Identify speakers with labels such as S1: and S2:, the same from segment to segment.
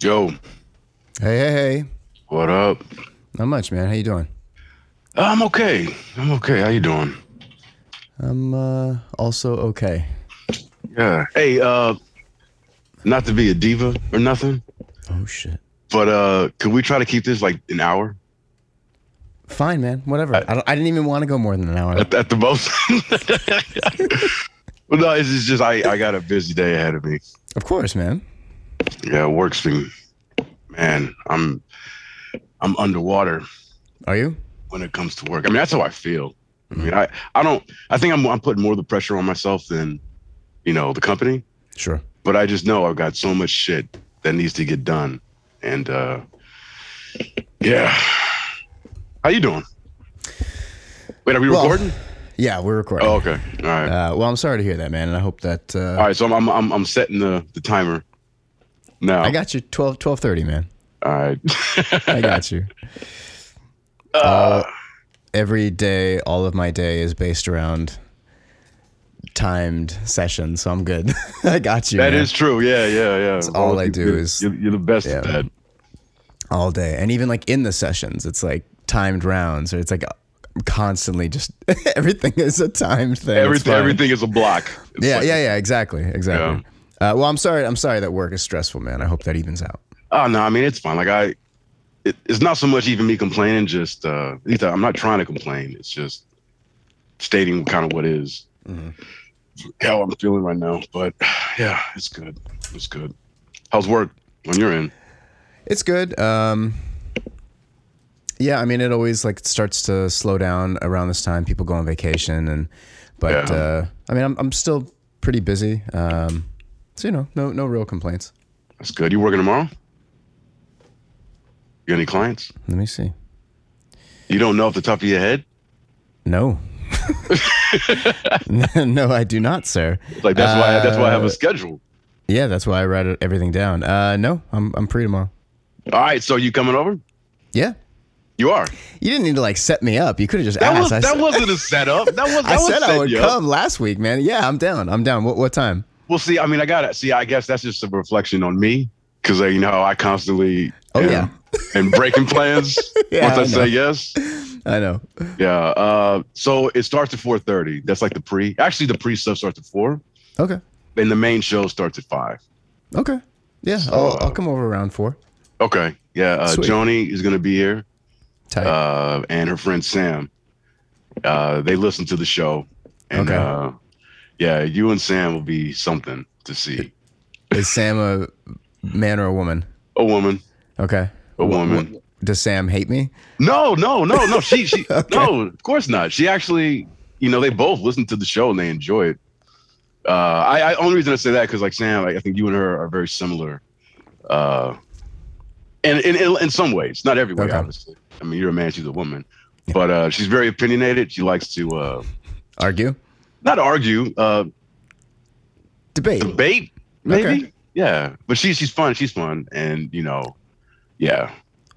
S1: Yo,
S2: Hey, hey, hey.
S1: what up? Uh,
S2: Not much, man. How you doing?
S1: I'm okay. I'm okay. How you doing?
S2: I'm uh, also okay.
S1: Yeah. Hey, uh, not to be a diva or nothing,
S2: Oh shit.
S1: but uh, could we try to keep this like an hour
S2: Fine, man. Whatever. I, don't, I didn't even want to go more than an hour.
S1: at, at the most? well, no, it's it's just I I got a busy day ahead of me.
S2: Of course, man.
S1: Yeah, work's been man. I'm I'm underwater
S2: Are you?
S1: when it comes to work. I mean, that's how I feel. I mean, I I don't. I think I'm I'm putting more of the pressure on myself than you know the company.
S2: Sure.
S1: but I just know I've got so much shit that needs to get done. And uh yeah. How you doing? Wait, are we
S2: Well-
S1: recording?
S2: Yeah, we're recording.
S1: Oh, okay. All right.
S2: Uh, well, I'm sorry to hear that, man, and I hope that uh,
S1: All right, so I'm I'm I'm, I'm setting the the timer. Now.
S2: I got you 12 12:30, man.
S1: All right.
S2: I got you. Uh, every day, all of my day is based around timed sessions, so I'm good. I got you.
S1: That
S2: man.
S1: is true. Yeah, yeah, yeah. That's
S2: all I do is-
S1: you're, you're the best at
S2: yeah.
S1: that.
S2: all day and even like in the sessions it's like timed rounds or it's like constantly just everything is a timed thing It's
S1: Everything
S2: fine.
S1: everything is a block. It's
S2: yeah
S1: like-
S2: yeah yeah exactly exactly uh, well i'm sorry i'm sorry that work is stressful man i hope that evens out
S1: Oh no, I mean it's fine. Like I, it, it's not so much even me complaining. Just uh, at least I'm not trying to complain. It's just stating kind of what is
S2: Mm-hmm.
S1: how I'm feeling right now. But yeah, it's good. It's good. How's work on your end?
S2: it's good um yeah i mean it always like starts to slow down around this time people go on vacation and but
S1: Yeah.
S2: uh i mean I'm, I'm still pretty busy um so you know no no real complaints
S1: That's good. You working tomorrow? You got any clients?
S2: let me see
S1: You don't know off the top of your head?
S2: No. no, I do not, sir.
S1: Like that's why that's why I have
S2: Uh,
S1: a schedule.
S2: Yeah, that's why I write it- everything down. Uh, no, I'm I'm free tomorrow.
S1: All right, so you coming over?
S2: Yeah,
S1: You are.
S2: you didn't need to like set me up. You could have just
S1: That
S2: asked.
S1: was
S2: I,
S1: that
S2: s-
S1: wasn't a setup. That was that
S2: I
S1: was
S2: said I
S1: set
S2: would
S1: you up.
S2: come last week, man. Yeah, I'm down. I'm down. What what time?
S1: Well, see, I mean, I got it. See, I guess that's just a reflection on me because you know I constantly
S2: Oh,
S1: am-
S2: yeah.
S1: am breaking plans
S2: Yeah,
S1: once I,
S2: I know.
S1: say yes.
S2: I know.
S1: Yeah. Uh, so it starts at four thirty. That's like the pre. Actually, the pre stuff starts at four,
S2: Okay.
S1: and the main show starts at five.
S2: Okay. Yeah,
S1: So,
S2: I'll, I'll
S1: uh,
S2: come over around four.
S1: Okay. Yeah. Uh,
S2: Sweet.
S1: Joni is going to be here,
S2: Tight.
S1: uh, and her friend Sam. Uh, they listen to the show, and
S2: Okay.
S1: uh, yeah, you and Sam will be something to see.
S2: Is Sam a man or a woman?
S1: A woman.
S2: Okay.
S1: A woman.
S2: Does Sam hate me?
S1: No, no, no, no. She, she, no. Of course not. She actually, you know, they both listen to the show and they enjoy it. Uh, I, I only reason I say that because like Sam, like, I think you and her are very similar, uh, and in, in in some ways, not every way,
S2: Okay.
S1: obviously. I mean, you're a man, she's a woman, but uh, she's very opinionated. She likes to uh,
S2: Argue?
S1: not argue, uh,
S2: Debate.
S1: debate, maybe.
S2: Okay.
S1: Yeah, but she, she's fun. She's fun, and you know, yeah,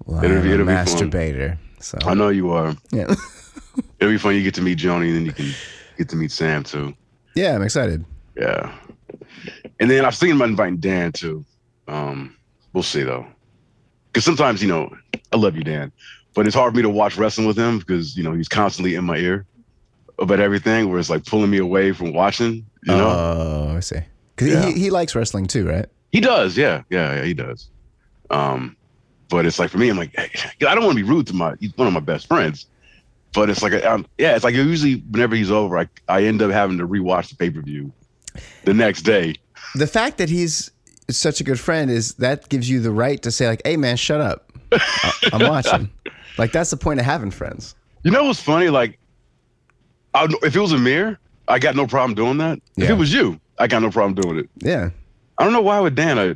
S2: Well,
S1: It'll be-
S2: I'm a
S1: it'll be fun.
S2: masturbator. So
S1: I know you are.
S2: yeah.
S1: It'll be fun. You get to meet Joni, and then you can get to meet Sam too.
S2: yeah, I'm excited.
S1: Yeah. And then I was thinking about inviting Dan too. Um, we'll see though. Because sometimes, you know, I love you, Dan, but it's hard for me to watch wrestling with him because, you know, he's constantly in my ear about everything where it's like pulling me away from watching, you know?
S2: Oh, I see. Because
S1: Yeah.
S2: he, he likes wrestling too, right?
S1: he does. Yeah. Yeah. Yeah. He does. Um, but it's like for me, I'm like, I don't want to be rude to my, he's one of my best friends. But it's like, um, yeah, it's like usually whenever he's over, I, I end up having to rewatch the pay per view the next day.
S2: The fact that he's such a good friend is that gives you the right to say like, "Hey, man, shut up. I- I'm watching." like that's the point of having friends.
S1: You know what's funny? Like, I, if it was Amir, I got no problem doing that. If
S2: Yeah.
S1: it was you, I got no problem doing it.
S2: Yeah,
S1: I don't know why with Dan, I,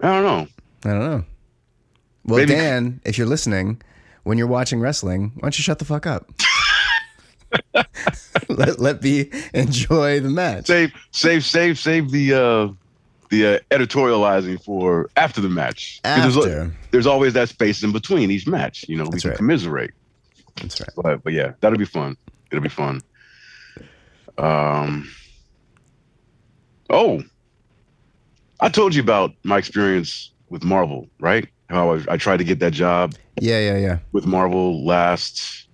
S1: I don't know.
S2: I don't know. Well,
S1: Maybe-
S2: Dan, if you're listening, when you're watching wrestling, why don't you shut the fuck up? let let be enjoy the match.
S1: Save, save, save, save the uh, the uh, editorializing for after the match. 'Cause There's, al-
S2: After.
S1: there's always that space in between each match. You know, we
S2: That's
S1: can
S2: right.
S1: commiserate.
S2: That's right.
S1: But but yeah, that'll be fun. It'll be fun. Um. Oh, I told you about my experience with Marvel, right? How I, I tried to get that job
S2: Yeah, yeah, yeah.
S1: with Marvel last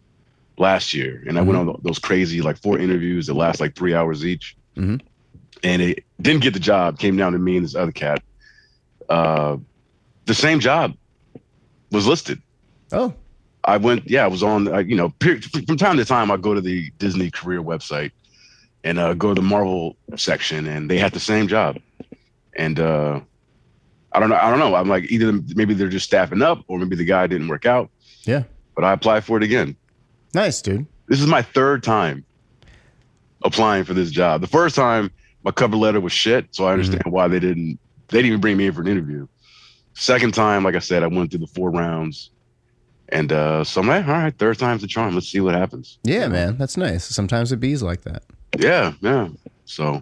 S1: last year, and I went
S2: Mm-hmm.
S1: on those crazy like four interviews that last like three hours each,
S2: Mhm.
S1: and it didn't get the job. Came down to me and this other cat. Uh, the same job was listed.
S2: Oh,
S1: I went, yeah, I was on, uh, you know, per- from time to time I go to the Disney career website and uh, go to the Marvel section, and they had the same job. And uh, I don't know, I don't know. I'm like, either maybe they're just staffing up, or maybe the guy didn't work out.
S2: Yeah.
S1: But I applied for it again.
S2: nice, dude.
S1: This is my third time applying for this job. The first time my cover letter was shit, so
S2: Mm-hmm.
S1: I understand why they didn't they didn't even bring me in for an interview. Second time, like I said, I went through the four rounds. And uh, so I'm like, all right, third time's the charm. Let's see what happens.
S2: Yeah, man, that's nice. Sometimes it bees like that.
S1: Yeah, yeah. So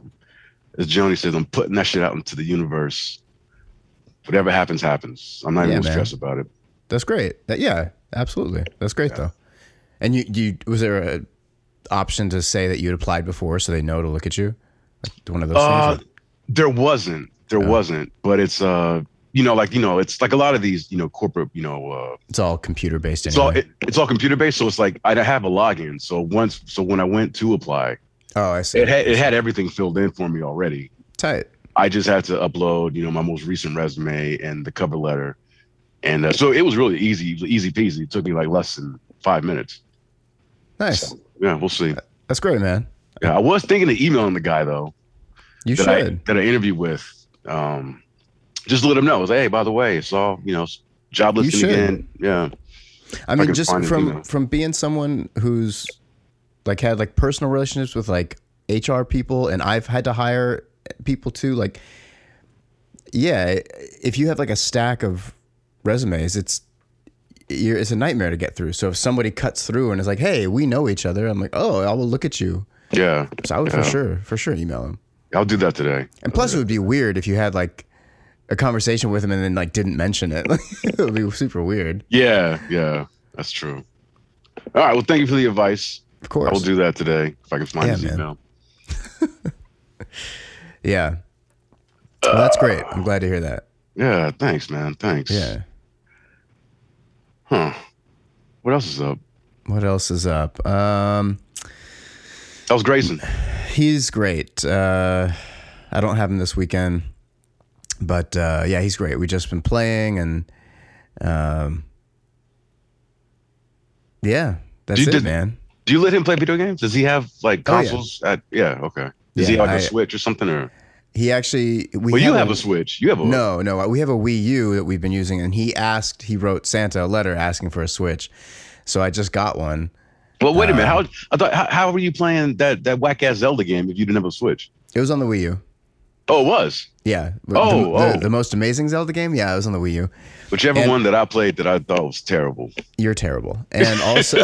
S1: as Joni says, I'm putting that shit out into the universe. Whatever happens, happens. I'm not
S2: Yeah,
S1: even
S2: man.
S1: stressed about it.
S2: That's great. That- yeah, absolutely. That's great though. And you, you was there a option to say that you had applied before, so they know to look at you? Like one of those
S1: Uh,
S2: things. or-
S1: there wasn't. There wasn't. But it's uh, you know, like you know, it's like a lot of these, you know, corporate, you know, uh,
S2: It's all computer based. Anyway.
S1: it's all it, it's all computer based. So it's like I have a login. So once, so when I went to apply,
S2: oh, I see.
S1: it had it had everything filled in for me already.
S2: Tight.
S1: I just had to upload, you know, my most recent resume and the cover letter, and uh, so it was really easy, it was easy peasy. It took me like less than five minutes.
S2: Nice.
S1: Yeah, we'll see.
S2: That's great, man.
S1: Yeah, I was thinking of emailing the guy though.
S2: You
S1: that
S2: should.
S1: I that I interviewed with. Um, just let him know. It's like, hey, by the way, it's all you know, s- job
S2: You
S1: listing
S2: should.
S1: again. Yeah,
S2: I
S1: I
S2: mean,
S1: can
S2: just
S1: find it,
S2: from
S1: you know.
S2: from being someone who's like had like personal relationships with like HR people, and I've had to hire people too. Like, yeah, if you have like a stack of resumes, it's you're, it's a nightmare to get through. So if somebody cuts through and is like, "Hey, we know each other," I'm like, "Oh, I will look at you."
S1: yeah.
S2: So I would
S1: Yeah.
S2: for sure, for sure, email him.
S1: I'll do that today.
S2: And plus, it would be weird if you had like a conversation with him and then like didn't mention it. it would be super weird.
S1: Yeah, yeah, that's true. All right. Well, thank you for the advice.
S2: Of course.
S1: I will do that today if I can find
S2: Yeah,
S1: his
S2: man.
S1: email.
S2: Yeah. Well, that's great. I'm glad to hear that.
S1: Yeah. Thanks, man. Thanks.
S2: Yeah.
S1: Huh. What else is up?
S2: What else is up? Um,
S1: That was Grayson.
S2: he's great. Uh, I don't have him this weekend, but uh, yeah, he's great. We've just been playing and, um, yeah, that's
S1: You
S2: it,
S1: did-
S2: man.
S1: Do you let him play video games? Does he have like
S2: Oh, yeah.
S1: consoles? At, yeah. Okay. Does he
S2: Yeah,
S1: have like, a
S2: I-
S1: Switch or something? Or
S2: He actually, we
S1: well, you have a Switch. You have a
S2: No, no. uh, We have a Wii U that we've been using, and he asked, he wrote Santa a letter asking for a Switch. So I just got one.
S1: But wait a minute.
S2: Uh,
S1: How I thought how, how were you playing that that whack ass Zelda game if you didn't have a Switch?
S2: It was on the Wii U.
S1: Oh, it was.
S2: Yeah. The-
S1: Oh,
S2: the,
S1: oh.
S2: The, the most amazing Zelda game? Yeah, it was on the Wii U.
S1: Whichever
S2: And-
S1: one that I played that I thought was terrible.
S2: You're terrible. And also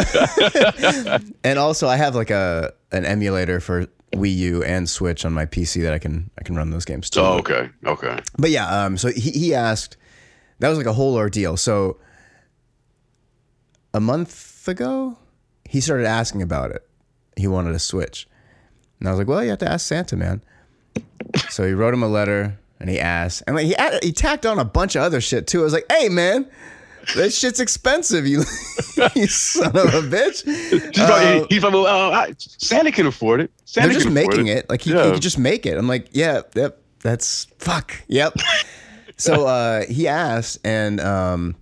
S2: And also I have like a an emulator for Wii U and Switch on my PC that I can I can run those games too.
S1: Oh, okay, okay.
S2: But yeah, um so he, he asked that was like a whole ordeal. So a month ago, he started asking about it. He wanted a Switch. And I was like, "Well, you have to ask Santa, man." So he wrote him a letter and he asked, and like he added, he tacked on a bunch of other shit too. I was like, "Hey, man, that shit's expensive, you, you son of a bitch."
S1: She's probably, he's probably, oh, I, Santa can afford it. Santa
S2: Uh, They're just
S1: can afford
S2: making it. Like he, he
S1: Yeah.
S2: could just make it. I'm like, yeah, yep, that's fuck. Yep. so uh, he asked, and um,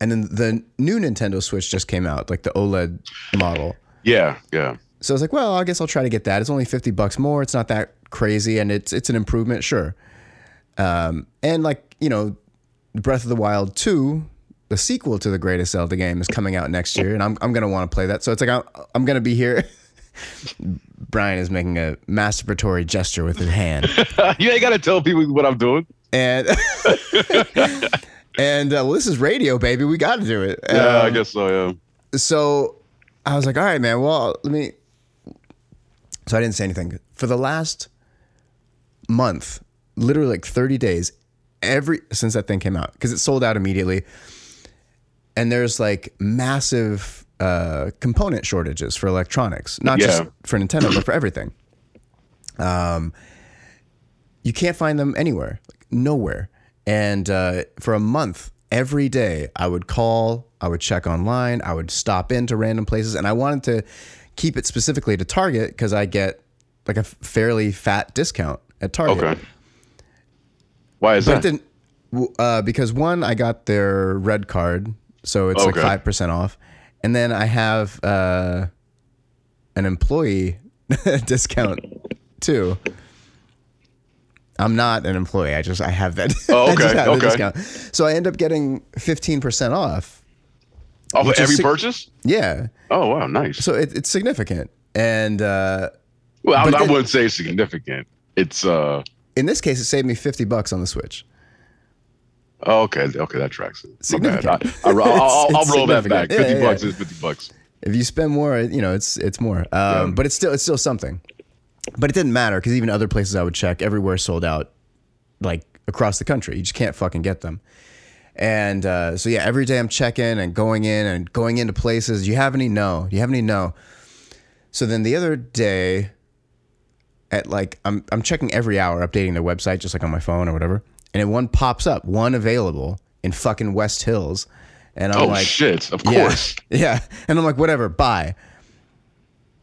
S2: and then the new Nintendo Switch just came out, like the OLED model.
S1: Yeah, yeah,
S2: So I was like, well, I guess I'll try to get that. It's only fifty bucks more. It's not that crazy, and it's it's an improvement, sure. Um, and like you know, Breath of the Wild two, the sequel to the greatest Zelda game, is coming out next year, and I'm I'm gonna want to play that. So it's like I'm I'm gonna be here. Brian is making a masturbatory gesture with his hand,
S1: you ain't gotta tell people what I'm doing.
S2: and and uh, well, this is radio, baby. We got to do it.
S1: Yeah, Uh, I
S2: Um,
S1: guess so. Yeah.
S2: so I was like, all right, man. Well, let me. So I didn't say anything for the last month, literally like 30 days, every since that thing came out because it sold out immediately. And there's like massive uh, component shortages for electronics, not just
S1: Yeah.
S2: for Nintendo, but for everything. Um, you can't find them anywhere, like nowhere. And uh, for a month, every day, I would call, I would check online, I would stop into random places, and I wanted to keep it specifically to Target because I get like a f- fairly fat discount at Target.
S1: Okay. Why is
S2: But it
S1: that?
S2: didn't w- uh, because one, I got their red card, so it's like
S1: Okay.
S2: five percent off, and then I have uh, an employee discount too. I'm not an employee. I just I have that.
S1: Oh,
S2: I just
S1: okay,
S2: have
S1: okay.
S2: the discount. So I end up getting fifteen percent off.
S1: Off of
S2: is
S1: Oh, every
S2: sig-
S1: purchase?
S2: Yeah,
S1: Oh wow, nice.
S2: so it, it's significant. And uh,
S1: well, I,
S2: but
S1: I
S2: then-
S1: wouldn't say significant. It's uh
S2: in this case, it saved me fifty bucks on the Switch.
S1: oh, okay, okay, that tracks it. My bad. I,
S2: Significant.
S1: I, will I'll,
S2: It's-
S1: I'll
S2: it's
S1: roll that back.
S2: significant. Yeah,
S1: Fifty
S2: yeah,
S1: bucks
S2: yeah.
S1: is fifty bucks.
S2: if you spend more, you know, it's it's more. Um, But it's still it's still something. But it didn't matter because even other places I would check, everywhere sold out, like across the country. You just can't fucking get them. And uh, so yeah, every day I'm checking and going in and going into places. Do you have any? No. Do you have any? No. So then the other day, at like I'm I'm checking every hour, updating their website, just like on my phone or whatever. And then one pops up, one available in fucking West Hills, and I'm
S1: Oh
S2: like,
S1: shit! Of
S2: yeah.
S1: course.
S2: Yeah. And I'm like, whatever, buy.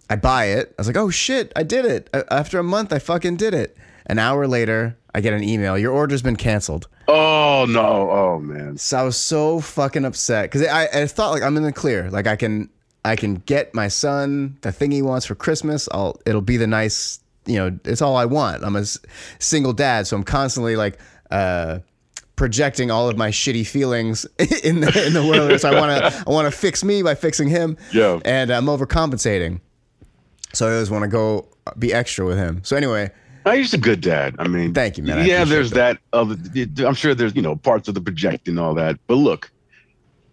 S2: I buy it. I was like, oh shit, I did it. A- After a month, I fucking did it. An hour later, I get an email. Your order's been canceled.
S1: Oh no! Oh man!
S2: So I was so fucking upset because I, I thought like I'm in the clear. Like I can I can get my son the thing he wants for Christmas. I'll it'll be the nice you know it's all I want. I'm a s- single dad, so I'm constantly like uh, projecting all of my shitty feelings in the in the world. so I want to I want to fix me by fixing him.
S1: Yeah.
S2: and I'm overcompensating. So I always want to go be extra with him. So anyway,
S1: I used a good dad. I mean,
S2: Thank you, man. I
S1: yeah,
S2: appreciate
S1: there's that. Other, I'm sure there's you know parts of the project and all that. But look,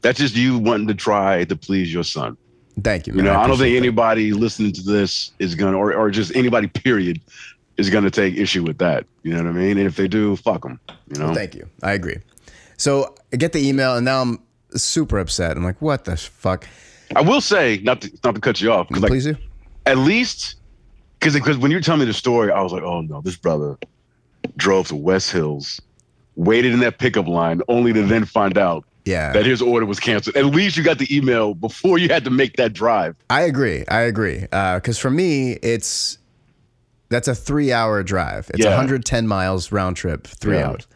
S1: that's just you wanting to try to please your son.
S2: thank you.
S1: You
S2: Man.
S1: know, I, don't think
S2: appreciate
S1: anybody listening to this is gonna, or or just anybody period, is gonna take issue with that. You know what I mean? And if they do, fuck them. You know.
S2: Thank you. I agree. So I get the email, and now I'm super upset. I'm like, what the fuck?
S1: I will say, not to, not to cut you off, because like
S2: Please do.
S1: at least, because because when you were telling me the story, I was like, oh no, this brother drove to West Hills, waited in that pickup line, only to then find out
S2: Yeah,
S1: that his order was canceled. At least you got the email before you had to make that drive.
S2: I agree. I agree. Because for me, it's that's a three-hour drive. It's
S1: Yeah.
S2: 110 miles round trip, three
S1: Yeah.
S2: hours.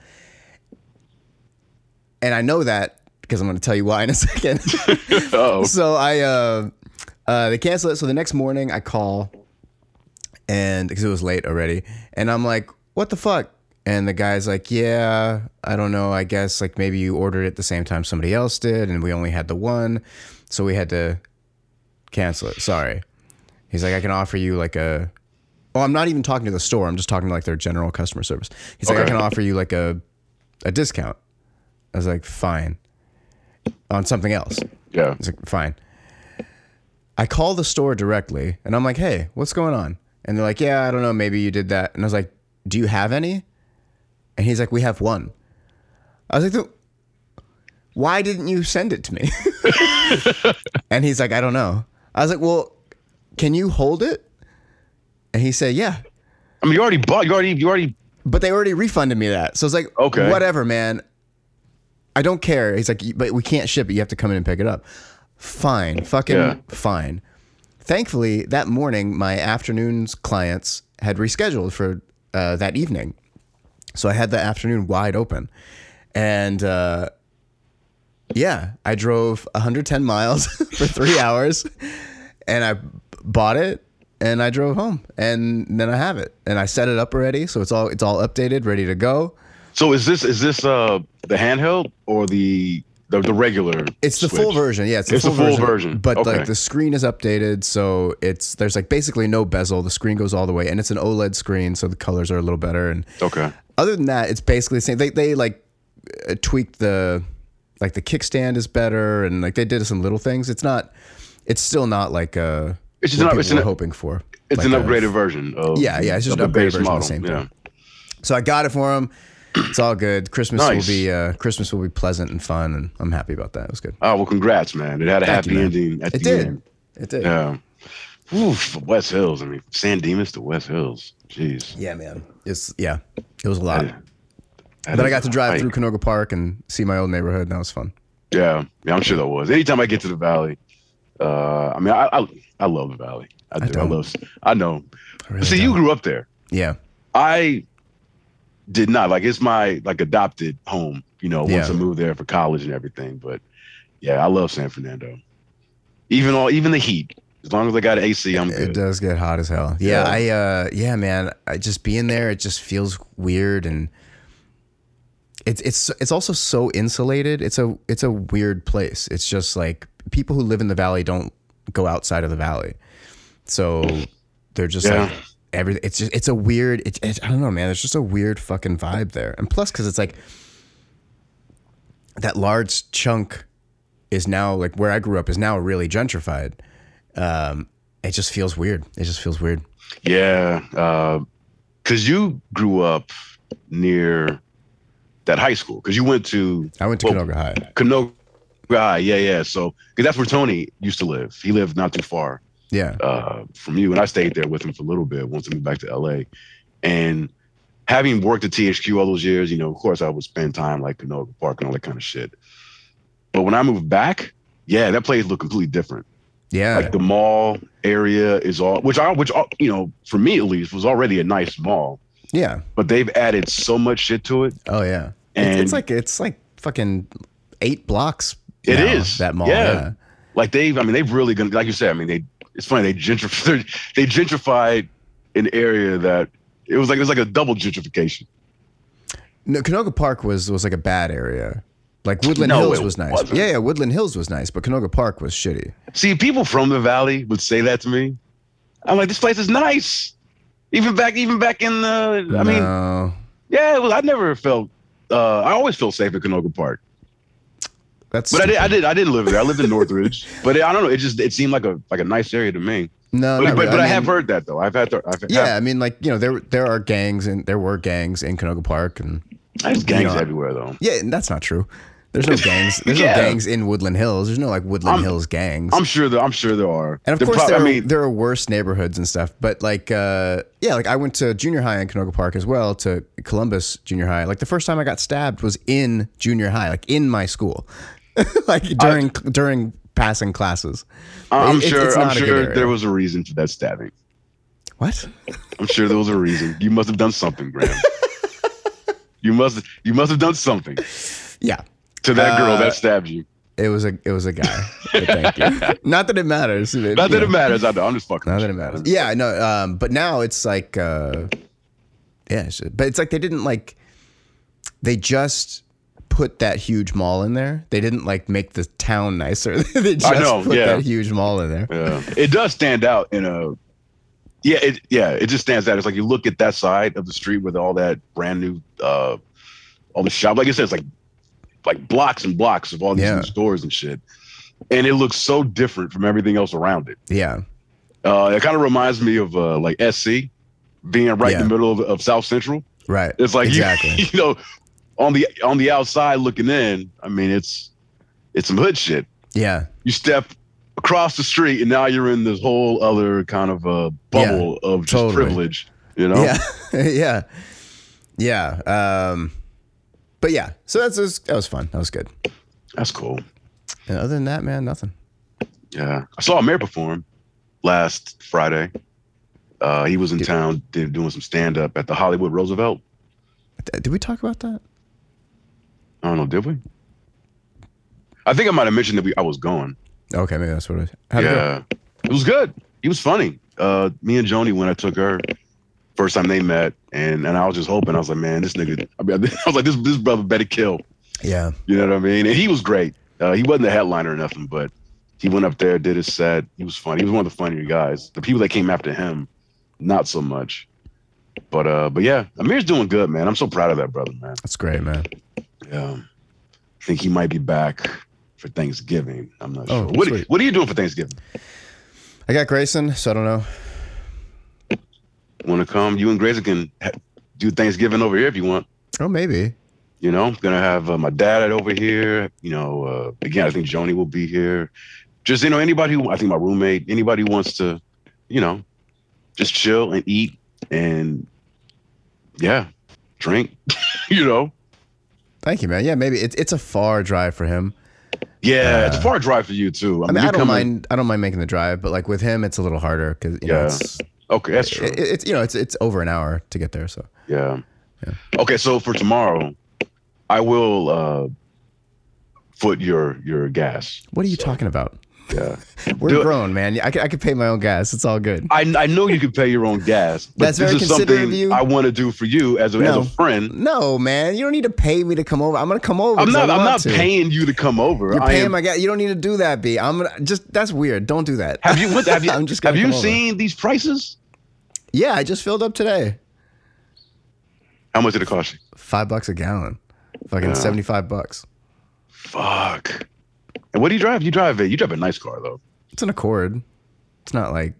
S2: And I know that because I'm going to tell you why in a second.
S1: Oh,
S2: so I uh, uh, they cancel it. So the next morning I call, and because it was late already, and I'm like, "What the fuck?" And the guy's like, "Yeah, I don't know. I guess like maybe you ordered it the same time somebody else did, and we only had the one, so we had to cancel it. Sorry." He's like, "I can offer you like a." Oh, I'm not even talking to the store. I'm just talking to like their general customer service. He's like, "I
S1: Okay.
S2: can offer you like a, a discount." I was like, "Fine." On something else.
S1: yeah.
S2: It's like, fine. I call the store directly and I'm like, hey, what's going on? And they're like, yeah, I don't know. Maybe you did that. And I was like, do you have any? And he's like, we have one. I was like, "The- why didn't you send it to me? and he's like, I don't know. I was like, well, can you hold it? And he said, yeah.
S1: I mean, you already bought. You already. You already.
S2: But they already refunded me that. So I was like,
S1: Okay.
S2: whatever, man. I don't care. He's like, but we can't ship it. You have to come in and pick it up. Fine. Fucking
S1: Yeah.
S2: fine. Thankfully, that morning, my afternoon's clients had rescheduled for uh, that evening. So I had the afternoon wide open. And uh, yeah, I drove 110 miles for three hours and I b- bought it and I drove home and then I have it and I set it up already. So it's all, it's all updated, ready to go.
S1: So is this is this uh the handheld or the the, the regular?
S2: It's the
S1: Switch?
S2: full version. Yeah, it's the,
S1: It's the
S2: full,
S1: full version.
S2: version, But
S1: Okay.
S2: like the screen is updated, so it's there's like basically no bezel. The screen goes all the way, and it's an OLED screen, so the colors are a little better. And
S1: Okay.
S2: other than that, it's basically the same. They they like uh, tweaked the like the kickstand is better, and like they did some little things. It's not. It's still not like uh
S1: It's just
S2: what
S1: an up-
S2: people
S1: it's an
S2: were
S1: up-
S2: hoping for.
S1: It's
S2: Like uh,
S1: an
S2: a-
S1: upgraded version of
S2: Yeah, yeah, it's just
S1: of
S2: an
S1: the
S2: upgraded
S1: base
S2: version of the
S1: model.
S2: same
S1: yeah.
S2: So I got it for him. It's all good. Christmas
S1: Nice.
S2: will be uh, Christmas will be pleasant and fun, and I'm happy about that. It was good.
S1: Oh well, congrats, man! It had a
S2: Thank you,
S1: happy
S2: man.
S1: ending at
S2: It
S1: the
S2: did.
S1: end.
S2: It did.
S1: Yeah. Oof, West Hills. I mean, San Dimas to West Hills. Jeez.
S2: Yeah, man. It's yeah. It was a lot.
S1: Yeah. That
S2: then I
S1: is
S2: got to
S1: a
S2: drive
S1: hike.
S2: through Canoga Park and see my old neighborhood, and that was fun.
S1: Yeah, yeah, I'm sure that was. Anytime I get to the valley, uh, I mean, I, I I love the valley. I do. I,
S2: don't.
S1: love. I know.
S2: I really
S1: See, you
S2: don't.
S1: grew up there.
S2: yeah,
S1: I did not like. It's my like adopted home. You know, once
S2: Yeah.
S1: I moved there for college and everything. But yeah, I love San Fernando. Even all even the heat. As long as I got AC, I'm
S2: it
S1: good.
S2: does get hot as hell. Yeah, I uh, yeah, man, I just being there, it just feels weird, and it's it's it's also so insulated. It's a it's a weird place. It's just like people who live in the valley don't go outside of the valley, so they're just
S1: Yeah.
S2: like every. It's just it's a weird. It, it, I don't know, man. There's just a weird fucking vibe there, and plus because it's like that large chunk is now like where I grew up is now really gentrified. Um, it just feels weird. It just feels weird.
S1: Yeah, because you grew up near that high school. Because you went to
S2: I went to
S1: Well-
S2: Canoga High.
S1: Canoga. High, Yeah, yeah. So 'cause that's where Tony used to live. He lived not too far
S2: Yeah,
S1: uh, from you, and I stayed there with him for a little bit once I moved back to LA. And having worked at THQ all those years, you know, of course, I would spend time like Canoga Park and all that kind of shit. But when I moved back, yeah, that place looked completely different.
S2: yeah,
S1: Like the mall area is all, which I, which all, you know, for me at least, was already a nice mall,
S2: yeah.
S1: but they've added so much shit to it.
S2: Oh yeah. it's,
S1: And-
S2: it's like it's like fucking eight blocks.
S1: It
S2: It is
S1: is.
S2: that mall.
S1: Yeah.
S2: Yeah.
S1: Like they've, I mean, they've really gonna, like you said, I mean, they, it's funny they gentrified, they gentrified an area that it was like it was like a double gentrification.
S2: No, Canoga Park was was like a bad area. Like Woodland
S1: No,
S2: Hills
S1: it
S2: was nice.
S1: wasn't.
S2: Yeah, yeah. Woodland Hills was nice, but Canoga Park was shitty.
S1: See, people from the valley would say that to me. I'm like, this place is nice. Even back, even back in the, I mean,
S2: No.
S1: yeah, well, I never felt. Uh, I always felt safe in Canoga Park,
S2: that's
S1: but I did, I did, I didn't live there. I lived in Northridge, but I don't know. It just it seemed like a like a nice area to me. But
S2: no. not
S1: but,
S2: really.
S1: but I,
S2: mean-
S1: have heard that though. I've had to. I've,
S2: Yeah, I mean, like you know, there there are gangs and there were gangs in Canoga Park, and
S1: there's gangs
S2: Yeah.
S1: everywhere though.
S2: yeah, and that's not true. There's no gangs. There's
S1: Yeah. Um,
S2: no gangs in Woodland Hills. There's no like Woodland
S1: I'm-
S2: Hills gangs.
S1: I'm sure there. I'm sure there are.
S2: and of
S1: The
S2: course,
S1: prob-
S2: there,
S1: I
S2: are,
S1: mean,
S2: there are worse neighborhoods and stuff. But like, uh, yeah, like I went to junior high in Canoga Park as well to Columbus Junior High. Like the first time I got stabbed was in junior high, like in my school, like during during passing classes.
S1: I'm
S2: it- it's
S1: sure. I'm
S2: not a good
S1: sure
S2: area.
S1: there was a reason for that stabbing.
S2: What?
S1: I'm sure there was a reason. You must have done something, Graham. you must. You must have done something.
S2: Yeah,
S1: to that girl
S2: Uh,
S1: that stabbed you.
S2: it was a it was a guy. But thank you. Not that it matters.
S1: Not that
S2: you know.
S1: it matters. I know. I'm just fucking.
S2: Not
S1: with
S2: that it
S1: you.
S2: matters. Yeah, I know. Um, but now it's like, uh, yeah, it's- but it's like they didn't like, they just put that huge mall in there. They didn't like make the town nicer. they just
S1: know,
S2: put
S1: yeah.
S2: that huge mall in there.
S1: Yeah. It does stand out in a. Yeah, it yeah, it just stands out. It's like you look at that side of the street with all that brand new, uh, all the shop. Like I said, it's like like blocks and blocks of all these
S2: Yeah.
S1: new stores and shit, and it looks so different from everything else around it.
S2: Yeah,
S1: Uh, it kind of reminds me of uh, like SC being right in
S2: Yeah.
S1: the middle of, of South Central.
S2: right.
S1: It's like you-
S2: exactly.
S1: you, know, on the on the outside looking in. I mean, it's it's some hood shit.
S2: yeah,
S1: you step across the street and now you're in this whole other kind of uh, bubble of just
S2: totally.
S1: privilege you know
S2: yeah, yeah, yeah. Um, but yeah, so that's that's- that was fun. That was good.
S1: that's cool
S2: And other than that, man, nothing.
S1: yeah i saw amir perform last friday uh, he was in town did, doing some stand-up at the hollywood roosevelt
S2: D- Did we talk about that?
S1: i don't know did we i think i might have mentioned that we, i was going
S2: Okay, maybe that's what it was. How'd it go?
S1: yeah it was good he was funny uh, me and joni when i took her first time they met and, and i was just hoping i was like man this nigga i, mean, I was like this, this brother better kill
S2: yeah,
S1: You know what I mean? And he was great. Uh, he wasn't a headliner or nothing, but he went up there, did his set. He was funny. He was one of the funnier guys. The people that came after him, not so much. But uh, but yeah, Amir's doing good, man. I'm so proud of that brother, man.
S2: that's great, man.
S1: Yeah, I think he might be back for Thanksgiving. I'm not sure.
S2: Oh,
S1: What
S2: sweet.
S1: What are you doing for Thanksgiving?
S2: I got Grayson, so I don't know.
S1: Want to come? You and Grayson can ha- do Thanksgiving over here if you want.
S2: Oh, maybe.
S1: You know, I'm gonna have uh, my dad over here. You know, uh, again, I think Joni will be here. Just you know, anybody who I think my roommate, anybody who wants to, you know, just chill and eat and yeah, drink. you know,
S2: Thank you, man. Yeah, maybe it's it's a far drive for him.
S1: Yeah, it's a far drive for you too.
S2: I mean,
S1: Um, you
S2: I don't
S1: come in-
S2: mind. I don't mind making the drive, but like with him, it's a little harder because you know,
S1: Yeah.
S2: it's,
S1: Okay, that's true.
S2: it, it's you know it's it's over an hour to get there. So
S1: Yeah. Okay, so for tomorrow, I will uh foot your your gas.
S2: what are you talking about?
S1: Yeah.
S2: We're
S1: Do it.
S2: grown, man. I could, I could pay my own gas. It's all good.
S1: I I know you can pay your own gas, but
S2: That's
S1: this
S2: very
S1: is
S2: considerate
S1: something
S2: of you.
S1: I want to do for you as a as
S2: No.
S1: a friend.
S2: No, man. You don't need to pay me to come over. I'm gonna come over.
S1: I'm
S2: 'cause I
S1: not I'm
S2: want
S1: not
S2: to.
S1: paying you to come over.
S2: You're
S1: I
S2: paying
S1: am-
S2: my gas. You don't need to do that, B. I'm gonna just. That's weird. Don't do that.
S1: have you what, have you
S2: I'm just
S1: have
S2: gonna
S1: you
S2: come over.
S1: seen these prices?
S2: Yeah, I just filled up today.
S1: How much did it cost you?
S2: Five bucks a gallon. Fucking
S1: Yeah.
S2: seventy-five bucks.
S1: Fuck. And what do you drive? You drive a you drive a nice car though.
S2: It's an Accord. It's not like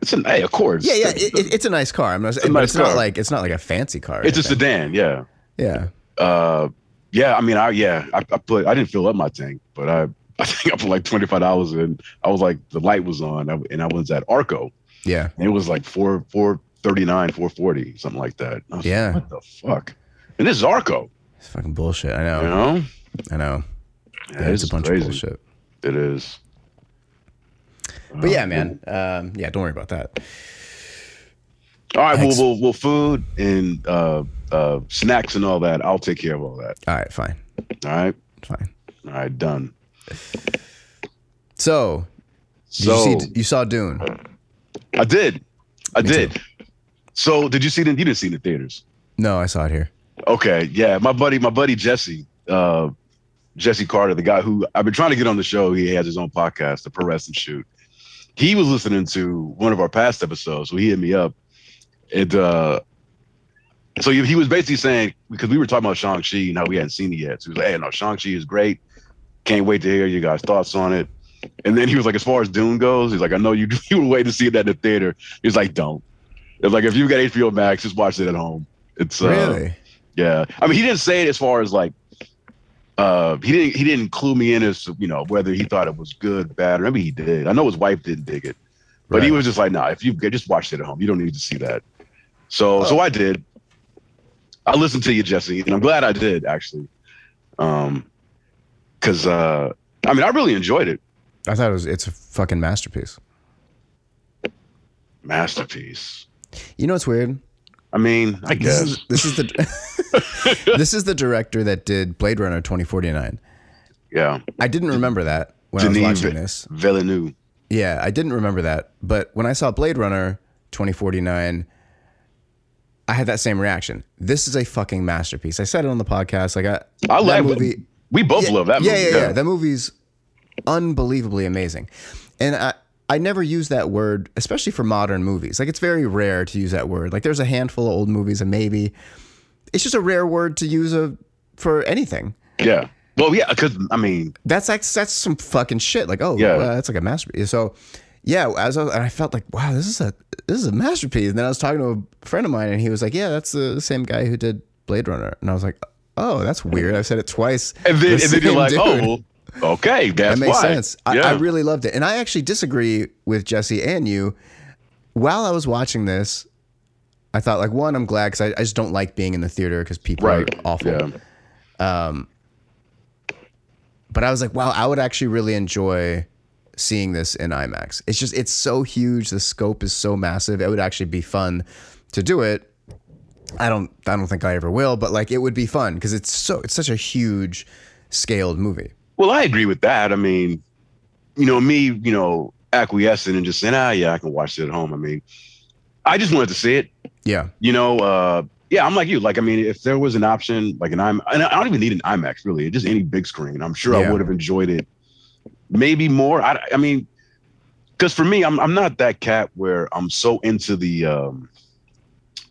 S1: It's an hey, of course.
S2: yeah, yeah. It, it- it's a nice car. I'm not. It's,
S1: nice
S2: it's not
S1: car.
S2: like it's not like a fancy car. or
S1: It's a
S2: anything.
S1: sedan, yeah.
S2: yeah.
S1: uh yeah i mean i yeah i, I put i didn't fill up my tank but i i think i put like 25 dollars in i was like the light was on I- and i was at arco
S2: Yeah.
S1: and it was like 4 439 440 something like that And I was like,
S2: Yeah.
S1: what the fuck and this is arco
S2: It's fucking bullshit. I know.
S1: you know
S2: I know.
S1: yeah,
S2: Yeah, it's Oh, a
S1: this
S2: bunch
S1: is
S2: of bullshit.
S1: it is
S2: But yeah, man. Um, yeah, don't worry about that.
S1: all right
S2: Ex-
S1: well, well well food and uh uh snacks and all that i'll take care of all that
S2: All right, fine,
S1: all right
S2: fine.
S1: all right done
S2: So, did
S1: so
S2: you, see, you saw Dune.
S1: i did i
S2: Me too.
S1: did so did you see it in- you didn't see it in the theaters
S2: No, I saw it here.
S1: Okay, yeah, my buddy, my buddy Jesse, uh, Jesse Carter, the guy who I've been trying to get on the show. He has his own podcast, the Pro Wrestling Shoot. He was listening to one of our past episodes, so he hit me up, and uh, so he, he was basically saying because we were talking about Shang Chi and how we hadn't seen it yet. So he was like, "Hey, no, Shang Chi is great. Can't wait to hear your guys' thoughts on it." And then he was like, "As far as Dune goes, he's like, I know you you were waiting to see that in the theater." He's like, "Don't." It's like if you got HBO Max, just watch it at home. It's uh,
S2: really?
S1: yeah, I mean, he didn't say it as far as like uh he didn't he didn't clue me in as to, you know whether he thought it was good, bad, or maybe he did. I know his wife didn't dig it, but he
S2: Right.
S1: was just like, "Nah, if you just watched it at home, you don't need to see that."
S2: Oh.
S1: So, so I did. I listened to you, Jesse, and I'm glad I did actually, um, because uh, I mean, I really enjoyed it.
S2: I thought it was. It's a fucking masterpiece.
S1: Masterpiece.
S2: You know what's weird?
S1: I mean, I
S2: This
S1: guess.
S2: is this is the this is the director that did Blade Runner 2049.
S1: yeah,
S2: I didn't remember that when I
S1: Denis
S2: was watching
S1: Vil-
S2: this.
S1: Villeneuve.
S2: Yeah, I didn't remember that. But when I saw Blade Runner 2049, I had that same reaction. This is a fucking masterpiece. I said it on the podcast. Like I,
S1: I
S2: that
S1: love
S2: movie.
S1: We both love that
S2: yeah,
S1: movie.
S2: Yeah, yeah, That movie's unbelievably amazing. And I, I never use that word, especially for modern movies. Like, it's very rare to use that word. Like, there's a handful of old movies, and maybe it's just a rare word to use a, for anything.
S1: Yeah. Well, yeah, because I mean,
S2: That's like, that's some fucking shit. Like, oh,
S1: Yeah.
S2: yeah, that's like a masterpiece. So, yeah, as I was, and I felt like, wow, this is a this is a masterpiece. And then I was talking to a friend of mine, and he was like, yeah, that's the, the same guy who did Blade Runner. And I was like, oh, that's weird. I've said it twice.
S1: and then, and
S2: The
S1: then you're
S2: same
S1: like,
S2: dude.
S1: oh, well, okay, that's
S2: That makes
S1: why.
S2: sense. I,
S1: yeah.
S2: I really loved it. And I actually disagree with Jesse and you. While I was watching this, I thought, like, one, I'm glad because I, I just don't like being in the theater because people
S1: right.
S2: are awful.
S1: Yeah.
S2: Um, But I was like, wow, I would actually really enjoy seeing this in IMAX. It's just, it's so huge. The scope is so massive. It would actually be fun to do it. I don't, I don't think I ever will, but like, it would be fun because it's so, it's such a huge scaled movie.
S1: Well, I agree with that. I mean, you know, me, you know, acquiescing and just saying, ah, yeah, I can watch it at home. I mean, I just wanted to see it.
S2: Yeah.
S1: You know, uh, yeah, I'm like you. Like, I mean, if there was an option, like an IMAX, and I don't even need an IMAX really, just any big screen, I'm sure I
S2: Yeah.
S1: would have enjoyed it maybe more. I, I mean, because for me, I'm, I'm not that cat where I'm so into the, um, I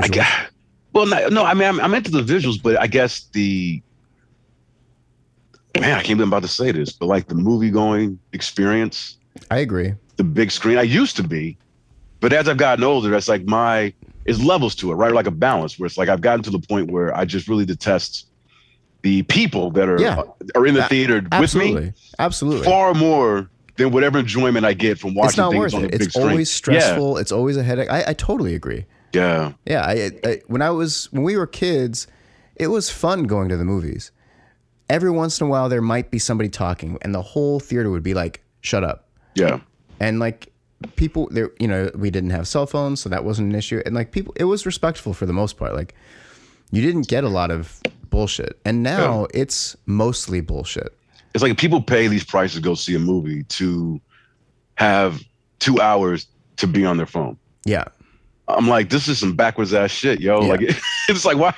S2: Visual.
S1: guess, well, no, no, I mean, I'm, I'm into the visuals, but I guess the man, I can't believe I'm about to say this, but like the movie going experience,
S2: I agree.
S1: the big screen. I used to be, but as I've gotten older, that's like my it's levels to it, right? Like a balance where it's like I've gotten to the point where I just really detest the people that are uh,
S2: Yeah.
S1: are in the
S2: A-
S1: theater
S2: Absolutely.
S1: with me
S2: Absolutely.
S1: far more than whatever enjoyment I get from watching
S2: it's not
S1: things
S2: worth
S1: on
S2: it.
S1: the big
S2: It's
S1: screen.
S2: always stressful. It's always a headache. I, I totally agree.
S1: Yeah,
S2: Yeah, I, I when I was when we were kids, It was fun going to the movies. Every once in a while, there might be somebody talking, and the whole theater would be like, "Shut up!"
S1: Yeah.
S2: And like people, there, you know, we didn't have cell phones, so that wasn't an issue. And like people, it was respectful for the most part. Like you didn't get a lot of bullshit, and now it's mostly bullshit.
S1: It's like people pay these prices to go see a movie to have two hours to be on their phone.
S2: Yeah,
S1: I'm like, this is some backwards ass shit, yo.
S2: Yeah.
S1: Like, it's like, why?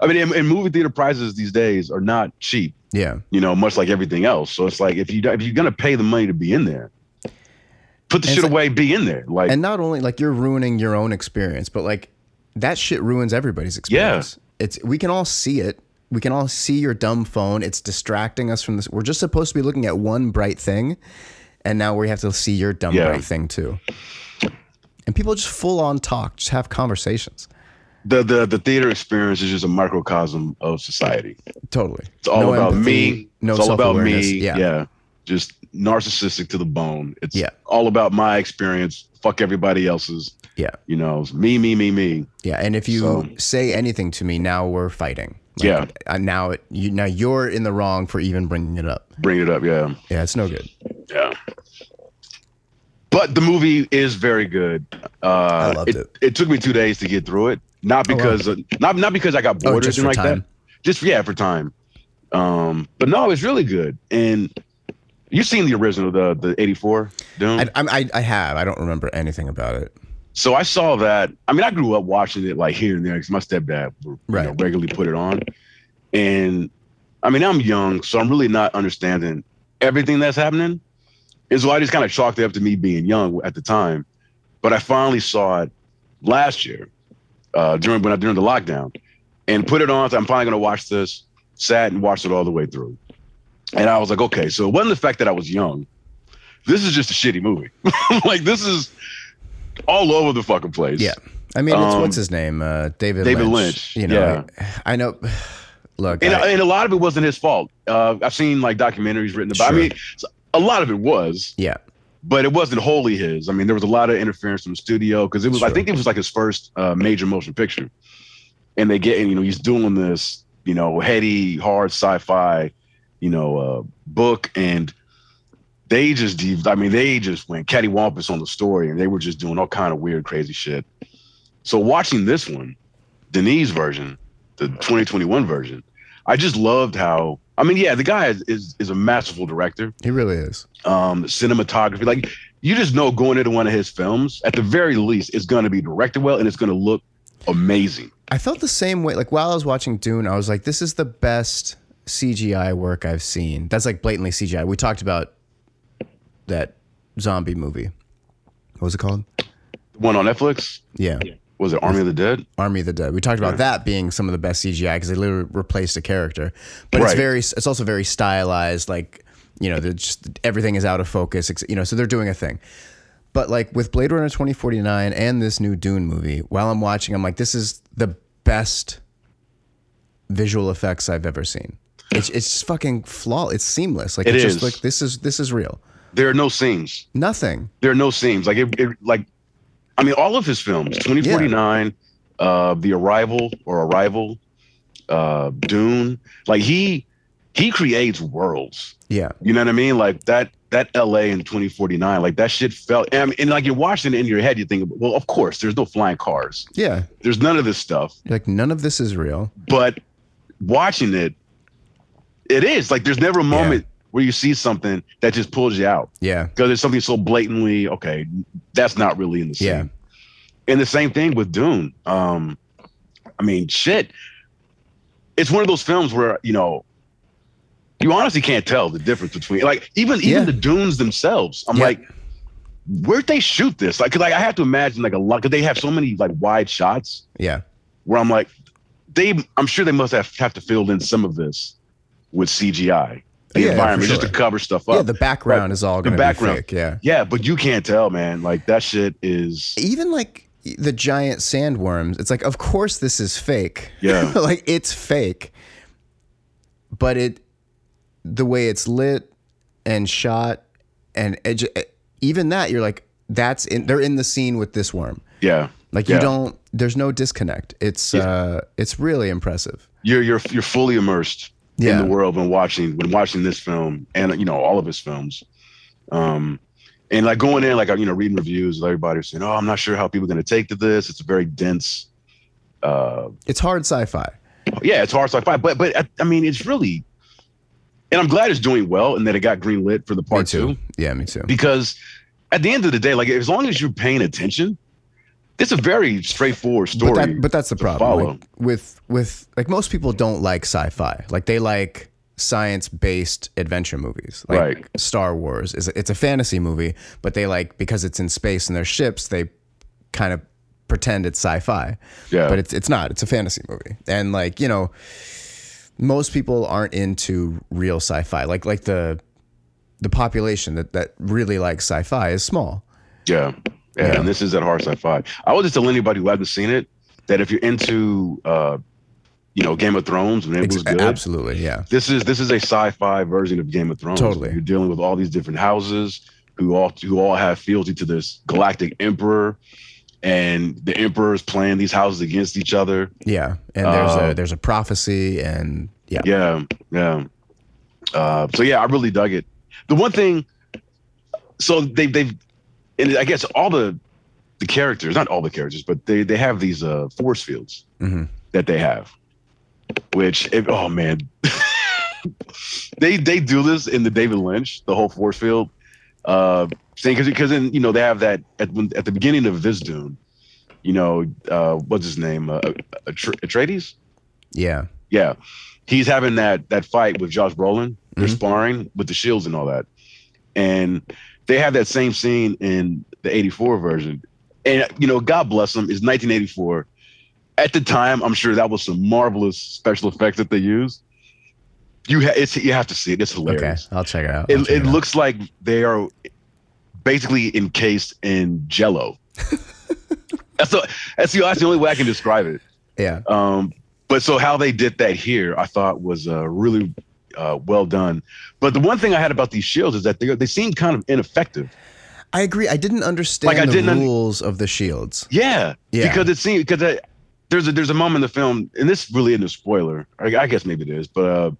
S1: I mean, and, and movie theater prices these days are not cheap,
S2: yeah.
S1: you know, much like everything else. So it's like, if you if you're gonna pay the money to be in there, put the
S2: And
S1: shit
S2: it's-
S1: away, be in there. Like,
S2: and not only like you're ruining your own experience, but like that shit ruins everybody's experience. It's we can all see it. We can all see your dumb phone. It's distracting us from this. We're just supposed to be looking at one bright thing, and now we have to see your dumb
S1: Yeah.
S2: bright thing too. And people just full on talk, just have conversations.
S1: the the the theater experience is just a microcosm of society.
S2: Totally.
S1: It's all
S2: No
S1: about
S2: empathy,
S1: me. it's all about
S2: self-awareness.
S1: me.
S2: Yeah.
S1: Yeah. Just narcissistic to the bone. It's
S2: Yeah.
S1: all about my experience. Fuck everybody else's.
S2: Yeah.
S1: You know, it's me, me, me, me.
S2: Yeah, and if you
S1: So-
S2: say anything to me now, we're fighting.
S1: Yeah.
S2: uh, Now it you now you're in the wrong for even bringing it up.
S1: Bring it up. Yeah.
S2: Yeah, it's no good.
S1: Yeah. But the movie is very good. Uh, I
S2: loved it.
S1: it. took me two days to get through it, not
S2: Oh, wow.
S1: because uh, not not because I got bored
S2: Oh,
S1: or
S2: just
S1: anything
S2: for
S1: like
S2: time.
S1: that. Just yeah, for time. Um, but no, it's really good. And you've seen the original, the the '84 Doom.
S2: I, I'm- I, I have. I don't remember anything about it.
S1: so I saw that. I mean, I grew up watching it like here and there because my stepdad would, you know,
S2: Right.
S1: regularly put it on. And I mean, I'm young, so I'm really not understanding everything that's happening. And so I just kind of chalked it up to me being young at the time. But I finally saw it last year uh, during when I during the lockdown and put it on. So I'm finally going to watch this. Sat and watched it all the way through. And I was like, okay, so it wasn't the fact that I was young. This is just a shitty movie. like this is all over the fucking place.
S2: Yeah. I mean, it's
S1: Um,
S2: what's his name? Uh, David.
S1: David Lynch,
S2: Lynch. You know. I know. Look.
S1: and,
S2: I-
S1: and a lot of it wasn't his fault. Uh, I've seen like documentaries written about. I
S2: Sure.
S1: mean, s- a lot of it was,
S2: yeah.
S1: but it wasn't wholly his. I mean, there was a lot of interference from the studio because it was. I
S2: Sure.
S1: think it was like his first uh, major motion picture, and they get and, you know he's doing this you know heady hard sci-fi you know uh, book and. They just, de- I mean, they just went cattywampus on the story, and they were just doing all kind of weird, crazy shit. So watching this one, Denise version, the 2021 version, I just loved how. I mean, yeah, the guy is is, is a masterful director.
S2: He really is.
S1: Um, cinematography, like you just know going into one of his films, at the very least, it's going to be directed well and it's going to look amazing.
S2: I felt the same way. Like while I was watching Dune, I was like, "This is the best CGI work I've seen." That's like blatantly CGI. We talked about that zombie movie. What was it called?
S1: The one on Netflix
S2: Yeah.
S1: was it Army of the Dead?
S2: Army of the Dead. We talked about that being some of the best CGI because they literally replaced a character, but it's
S1: Right.
S2: very, it's also very stylized. Like you know, they're just everything is out of focus. ex- You know, so they're doing a thing. But like with Blade Runner twenty forty nine and this new Dune movie, while I'm watching, I'm like, this is the best visual effects I've ever seen. It's it's just fucking flawless. It's seamless. Like
S1: It
S2: it's
S1: is.
S2: just like this is this is real.
S1: There are no scenes.
S2: Nothing.
S1: There are no scenes. Like it, it like, I mean, all of his films, 2049, uh, The Arrival or Arrival, uh, Dune. Like he he creates worlds.
S2: Yeah.
S1: You know what I mean? Like that that LA in 2049, like that shit felt and, and like you're watching it in your head, you think, well, of course, there's no flying cars.
S2: Yeah.
S1: There's none of this stuff.
S2: You're like none of this is real.
S1: But watching it, it is like there's never a moment where you see something that just pulls you out.
S2: Yeah.
S1: Because there's something so blatantly, okay, that's not really in the scene.
S2: Yeah.
S1: And the same thing with Dune. Um, I mean, shit. It's one of those films where, you know, you honestly can't tell the difference between like even even
S2: Yeah.
S1: the dunes themselves. I'm
S2: Yeah.
S1: like, where'd they shoot this? Like, 'cause, like I have to imagine like a lot because they have so many like wide shots
S2: Yeah.
S1: where I'm like, they I'm sure they must have have to fill in some of this with CGI. The
S2: Yeah, for
S1: environment just to
S2: sure.
S1: cover stuff up.
S2: yeah. The background is all
S1: the
S2: going to be
S1: background.
S2: fake. Yeah.
S1: yeah, but you can't tell, man. Like that shit is
S2: even like the giant sandworms, it's like, of course this is fake.
S1: Yeah.
S2: like it's fake. But it, the way it's lit and shot, e, and edu- even that, you're like, that's in. They're in the scene with this worm.
S1: yeah.
S2: Like you
S1: Yeah.
S2: don't. There's no disconnect. It's
S1: Yeah.
S2: uh, it's really impressive.
S1: You're you're you're fully immersed in
S2: Yeah.
S1: the world when watching when watching this film and you know all of his films. Um, and like going in, like you know, reading reviews, everybody was saying, "Oh, I'm not sure how people are going to take to this." It's a very dense. Uh,
S2: It's hard sci-fi.
S1: yeah, it's hard sci-fi, but but I, I mean, it's really, and I'm glad it's doing well and that it got greenlit for the
S2: me
S1: part
S2: too.
S1: two
S2: Yeah, me too.
S1: because at the end of the day, like as long as you're paying attention, it's a very straightforward story.
S2: But, that, but that's the
S1: to
S2: problem.
S1: follow.
S2: Like, with with like most people don't like sci-fi. Like they like science-based adventure movies. Like
S1: Right.
S2: Star Wars is it's a fantasy movie, but they like because it's in space and there's ships, they kind of pretend it's sci-fi.
S1: Yeah.
S2: But it's it's not. It's a fantasy movie. And like, you know, most people aren't into real sci-fi. Like like the the population that, that really likes sci-fi is small.
S1: Yeah. Yeah.
S2: Yeah.
S1: And this is at hard sci-fi. I would just tell anybody who hasn't seen it that if you're into uh you know Game of Thrones when it
S2: Ex-
S1: was good.
S2: Absolutely, yeah.
S1: This is this is a sci-fi version of Game of Thrones.
S2: Totally.
S1: You're dealing with all these different houses who all who all have fealty to this galactic emperor and the emperor is playing these houses against each other.
S2: Yeah, and there's
S1: Uh,
S2: a there's a prophecy, and yeah,
S1: Yeah, yeah. Uh, so yeah, I really dug it. The one thing, so they they've, and I guess all the the characters, not all the characters, but they they have these uh force fields
S2: Mhm.
S1: that they have, which if, oh man, they they do this in the David Lynch the whole force field uh thing because because then you know they have that at when, at the beginning of this Dune, you know uh what's his name uh, Atre- Atreides
S2: yeah,
S1: yeah, he's having that that fight with Josh Brolin. They're
S2: Mm-hmm.
S1: sparring with the shields and all that, and they have that same scene in the '84 version. And you know, God bless them, it's 1984. At the time, I'm sure that was some marvelous special effects that they used. You ha- it's you have to see it. It's
S2: okay,
S1: hilarious.
S2: I'll check it out. I'll
S1: It,
S2: check
S1: it
S2: out.
S1: looks like they are basically encased in Jello. that's the that's the, that's the only way I can describe it.
S2: yeah,
S1: Um, but so how they did that here, I thought was uh, really uh, well done. But the one thing I had about these shields is that they they seemed kind of ineffective.
S2: I agree. I didn't understand
S1: Like, I
S2: the
S1: didn't un-
S2: rules of the shields.
S1: Yeah,
S2: Yeah.
S1: because it seemed because I- there's a there's a moment in the film, and this really isn't a spoiler. I, I guess maybe it is, but uh,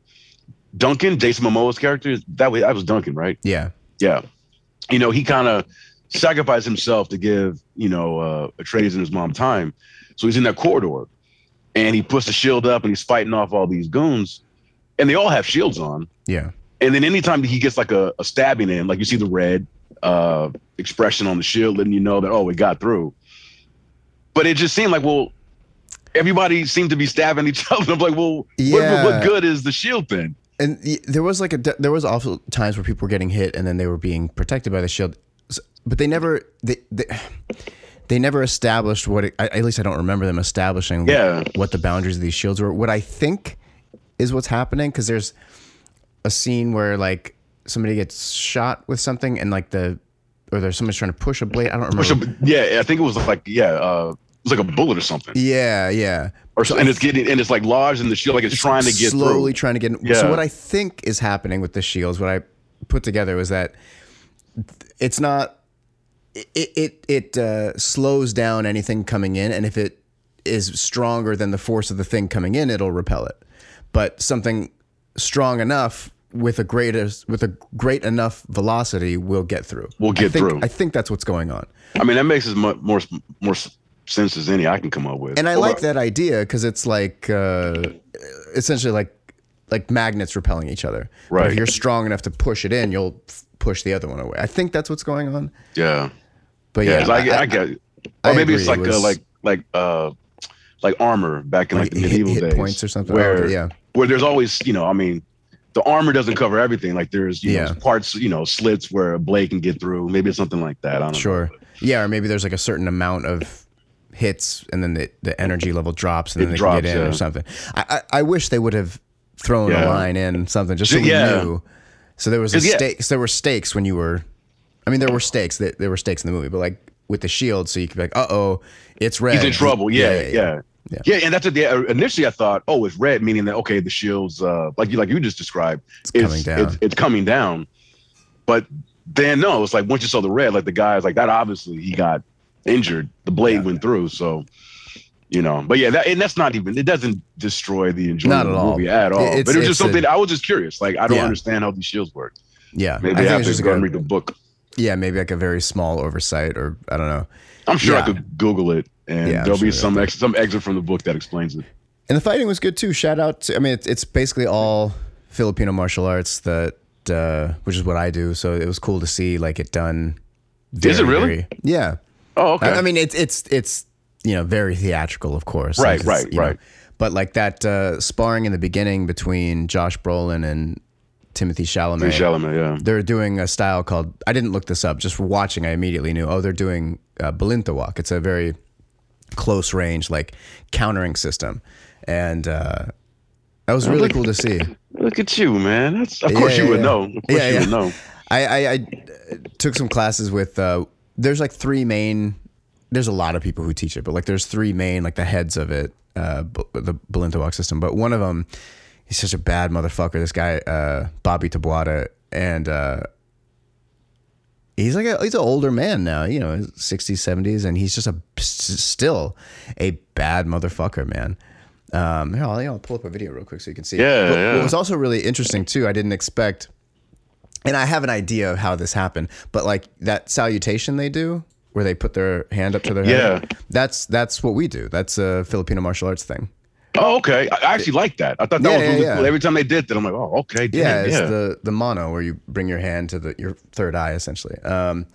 S1: Duncan, Jason Momoa's character, that way that was Duncan, right?
S2: Yeah,
S1: Yeah, you know he kind of sacrificed himself to give you know uh, Atreides and his mom time, so he's in that corridor, and he puts the shield up and he's fighting off all these goons, and they all have shields on.
S2: yeah,
S1: And then anytime he gets like a, a stabbing in, like you see the red uh, expression on the shield, letting you know that oh, it got through. But it just seemed like well, everybody seemed to be stabbing each other. I'm like, well,
S2: Yeah.
S1: what, what good is the shield then?
S2: and y- there was like a d- there was also times where people were getting hit, and then they were being protected by the shield, S- but they never they. they they never established what, it, I- at least I don't remember them establishing
S1: Yeah.
S2: what the boundaries of these shields were. What I think is what's happening because there's a scene where like somebody gets shot with something and like the or there's somebody's trying to push a blade. I don't remember.
S1: Which, yeah, I think it was like yeah, uh, it was like a bullet or something.
S2: yeah, yeah.
S1: or and it's getting and it's like lodged in the shield, like it's trying to get through.
S2: slowly trying to get. In. So
S1: Yeah.
S2: what I think is happening with the shields, what I put together was that it's not. It it it uh, slows down anything coming in, and if it is stronger than the force of the thing coming in, it'll repel it. But something strong enough with a greatest with a great enough velocity will get through.
S1: Will
S2: I
S1: get
S2: think,
S1: through.
S2: I think that's what's going on.
S1: I mean, that makes as much more more sense as any I can come up with.
S2: And I
S1: Although-
S2: like that idea because it's like uh, essentially like like magnets repelling each other. But if
S1: Right.
S2: you're strong enough to push it in, you'll f- push the other one away. I think that's what's going on.
S1: Yeah,
S2: But
S1: yeah,
S2: yeah,
S1: it's like, I, get, it.
S2: I
S1: or maybe it's
S2: agree,
S1: like
S2: it
S1: uh,
S2: was-
S1: like like uh like armor back in like, the
S2: Like hit-
S1: medieval
S2: hit
S1: days,
S2: points or something. Oh,
S1: Where
S2: Okay, yeah.
S1: where there's always you know, I mean, the armor doesn't cover everything. Like there's you
S2: Yeah.
S1: know parts you know slits where a blade can get through. Maybe it's something like that. I don't know.
S2: sure. Yeah, or maybe there's like a certain amount of hits, and then the, the energy level drops, and
S1: It
S2: then they
S1: drops,
S2: can get in
S1: yeah.
S2: or something. I, I I wish they would have thrown a
S1: Yeah.
S2: line in something just so
S1: Ju-
S2: we
S1: yeah.
S2: knew. So there was a
S1: 'Cause, yeah.
S2: stakes. There were stakes when you were. I mean, there were stakes. That there were stakes in the movie, but like with the shield, so you could be like, "Uh oh, it's red."
S1: He's in trouble. Yeah, yeah.
S2: yeah.
S1: yeah. and that's what they, initially I thought. Oh, it's red, meaning that okay, the shields, uh, like you like you just described,
S2: It's
S1: it's
S2: coming down.
S1: It's, it's coming down. But then no, it's like once you saw the red, like the guy is like that. Obviously, he got injured. The blade
S2: Yeah.
S1: went through, so you know. But yeah, that and that's not even. It doesn't destroy the enjoyment
S2: Not at
S1: of the
S2: all.
S1: movie at all.
S2: It's-
S1: but it was
S2: it's
S1: just something
S2: a-
S1: I was just curious. Like I don't
S2: Yeah.
S1: understand how these shields work.
S2: Yeah, I
S1: Maybe
S2: think
S1: I,
S2: it's
S1: have
S2: just
S1: to go and
S2: like
S1: read
S2: a-
S1: the book.
S2: yeah, maybe like a very small oversight, or I don't know.
S1: I'm sure
S2: Yeah.
S1: I could Google it, and
S2: Yeah, I'm
S1: there'll be
S2: sure.
S1: some ex- some excerpt from the book that explains it.
S2: And the fighting was good too. Shout out to I mean it's, it's basically all Filipino martial arts that uh, which is what I do. So it was cool to see like it done.
S1: Is it really?
S2: yeah.
S1: Oh, okay.
S2: I, I mean it's it's it's you know very theatrical of course.
S1: Right,
S2: Like, it's,
S1: right,
S2: you know,
S1: right.
S2: but like that uh, sparring in the beginning between Josh Brolin and Timothy Chalamet.
S1: Chalamet, yeah.
S2: They're doing a style called I didn't look this up. Just watching, I immediately knew. Oh, they're doing uh, Belinta walk. It's a very close range like countering system, and uh, that was really cool to see.
S1: Look at you, man. That's of course
S2: Yeah,
S1: you would
S2: yeah,
S1: know. Of course
S2: yeah.
S1: you
S2: Yeah,
S1: would
S2: yeah.
S1: know.
S2: I, I, I took some classes with. Uh, there's like three main. There's a lot of people who teach it, but like there's three main like the heads of it, uh, b- the Belinta Walk system. But one of them, he's such a bad motherfucker. This guy, uh, Bobby Tabuada, and uh, he's like a, he's an older man now, you know, 60s, 70s, and he's just a s- still a bad motherfucker, man. Um, here, I'll, I'll pull up a video real quick so you can see.
S1: Yeah,
S2: What-
S1: yeah.
S2: What was also really interesting too. I didn't expect, and I have an idea of how this happened, but like that salutation they do, where they put their hand up to their head.
S1: Yeah.
S2: That's that's what we do. That's a Filipino martial arts thing.
S1: Oh, okay. I I actually like that. I thought that
S2: Yeah,
S1: was
S2: yeah,
S1: really
S2: yeah.
S1: cool. Every time they did that, I'm like, oh, okay, damn,
S2: Yeah,
S1: yeah.
S2: it's the the mono where you bring your hand to the your third eye essentially. Um,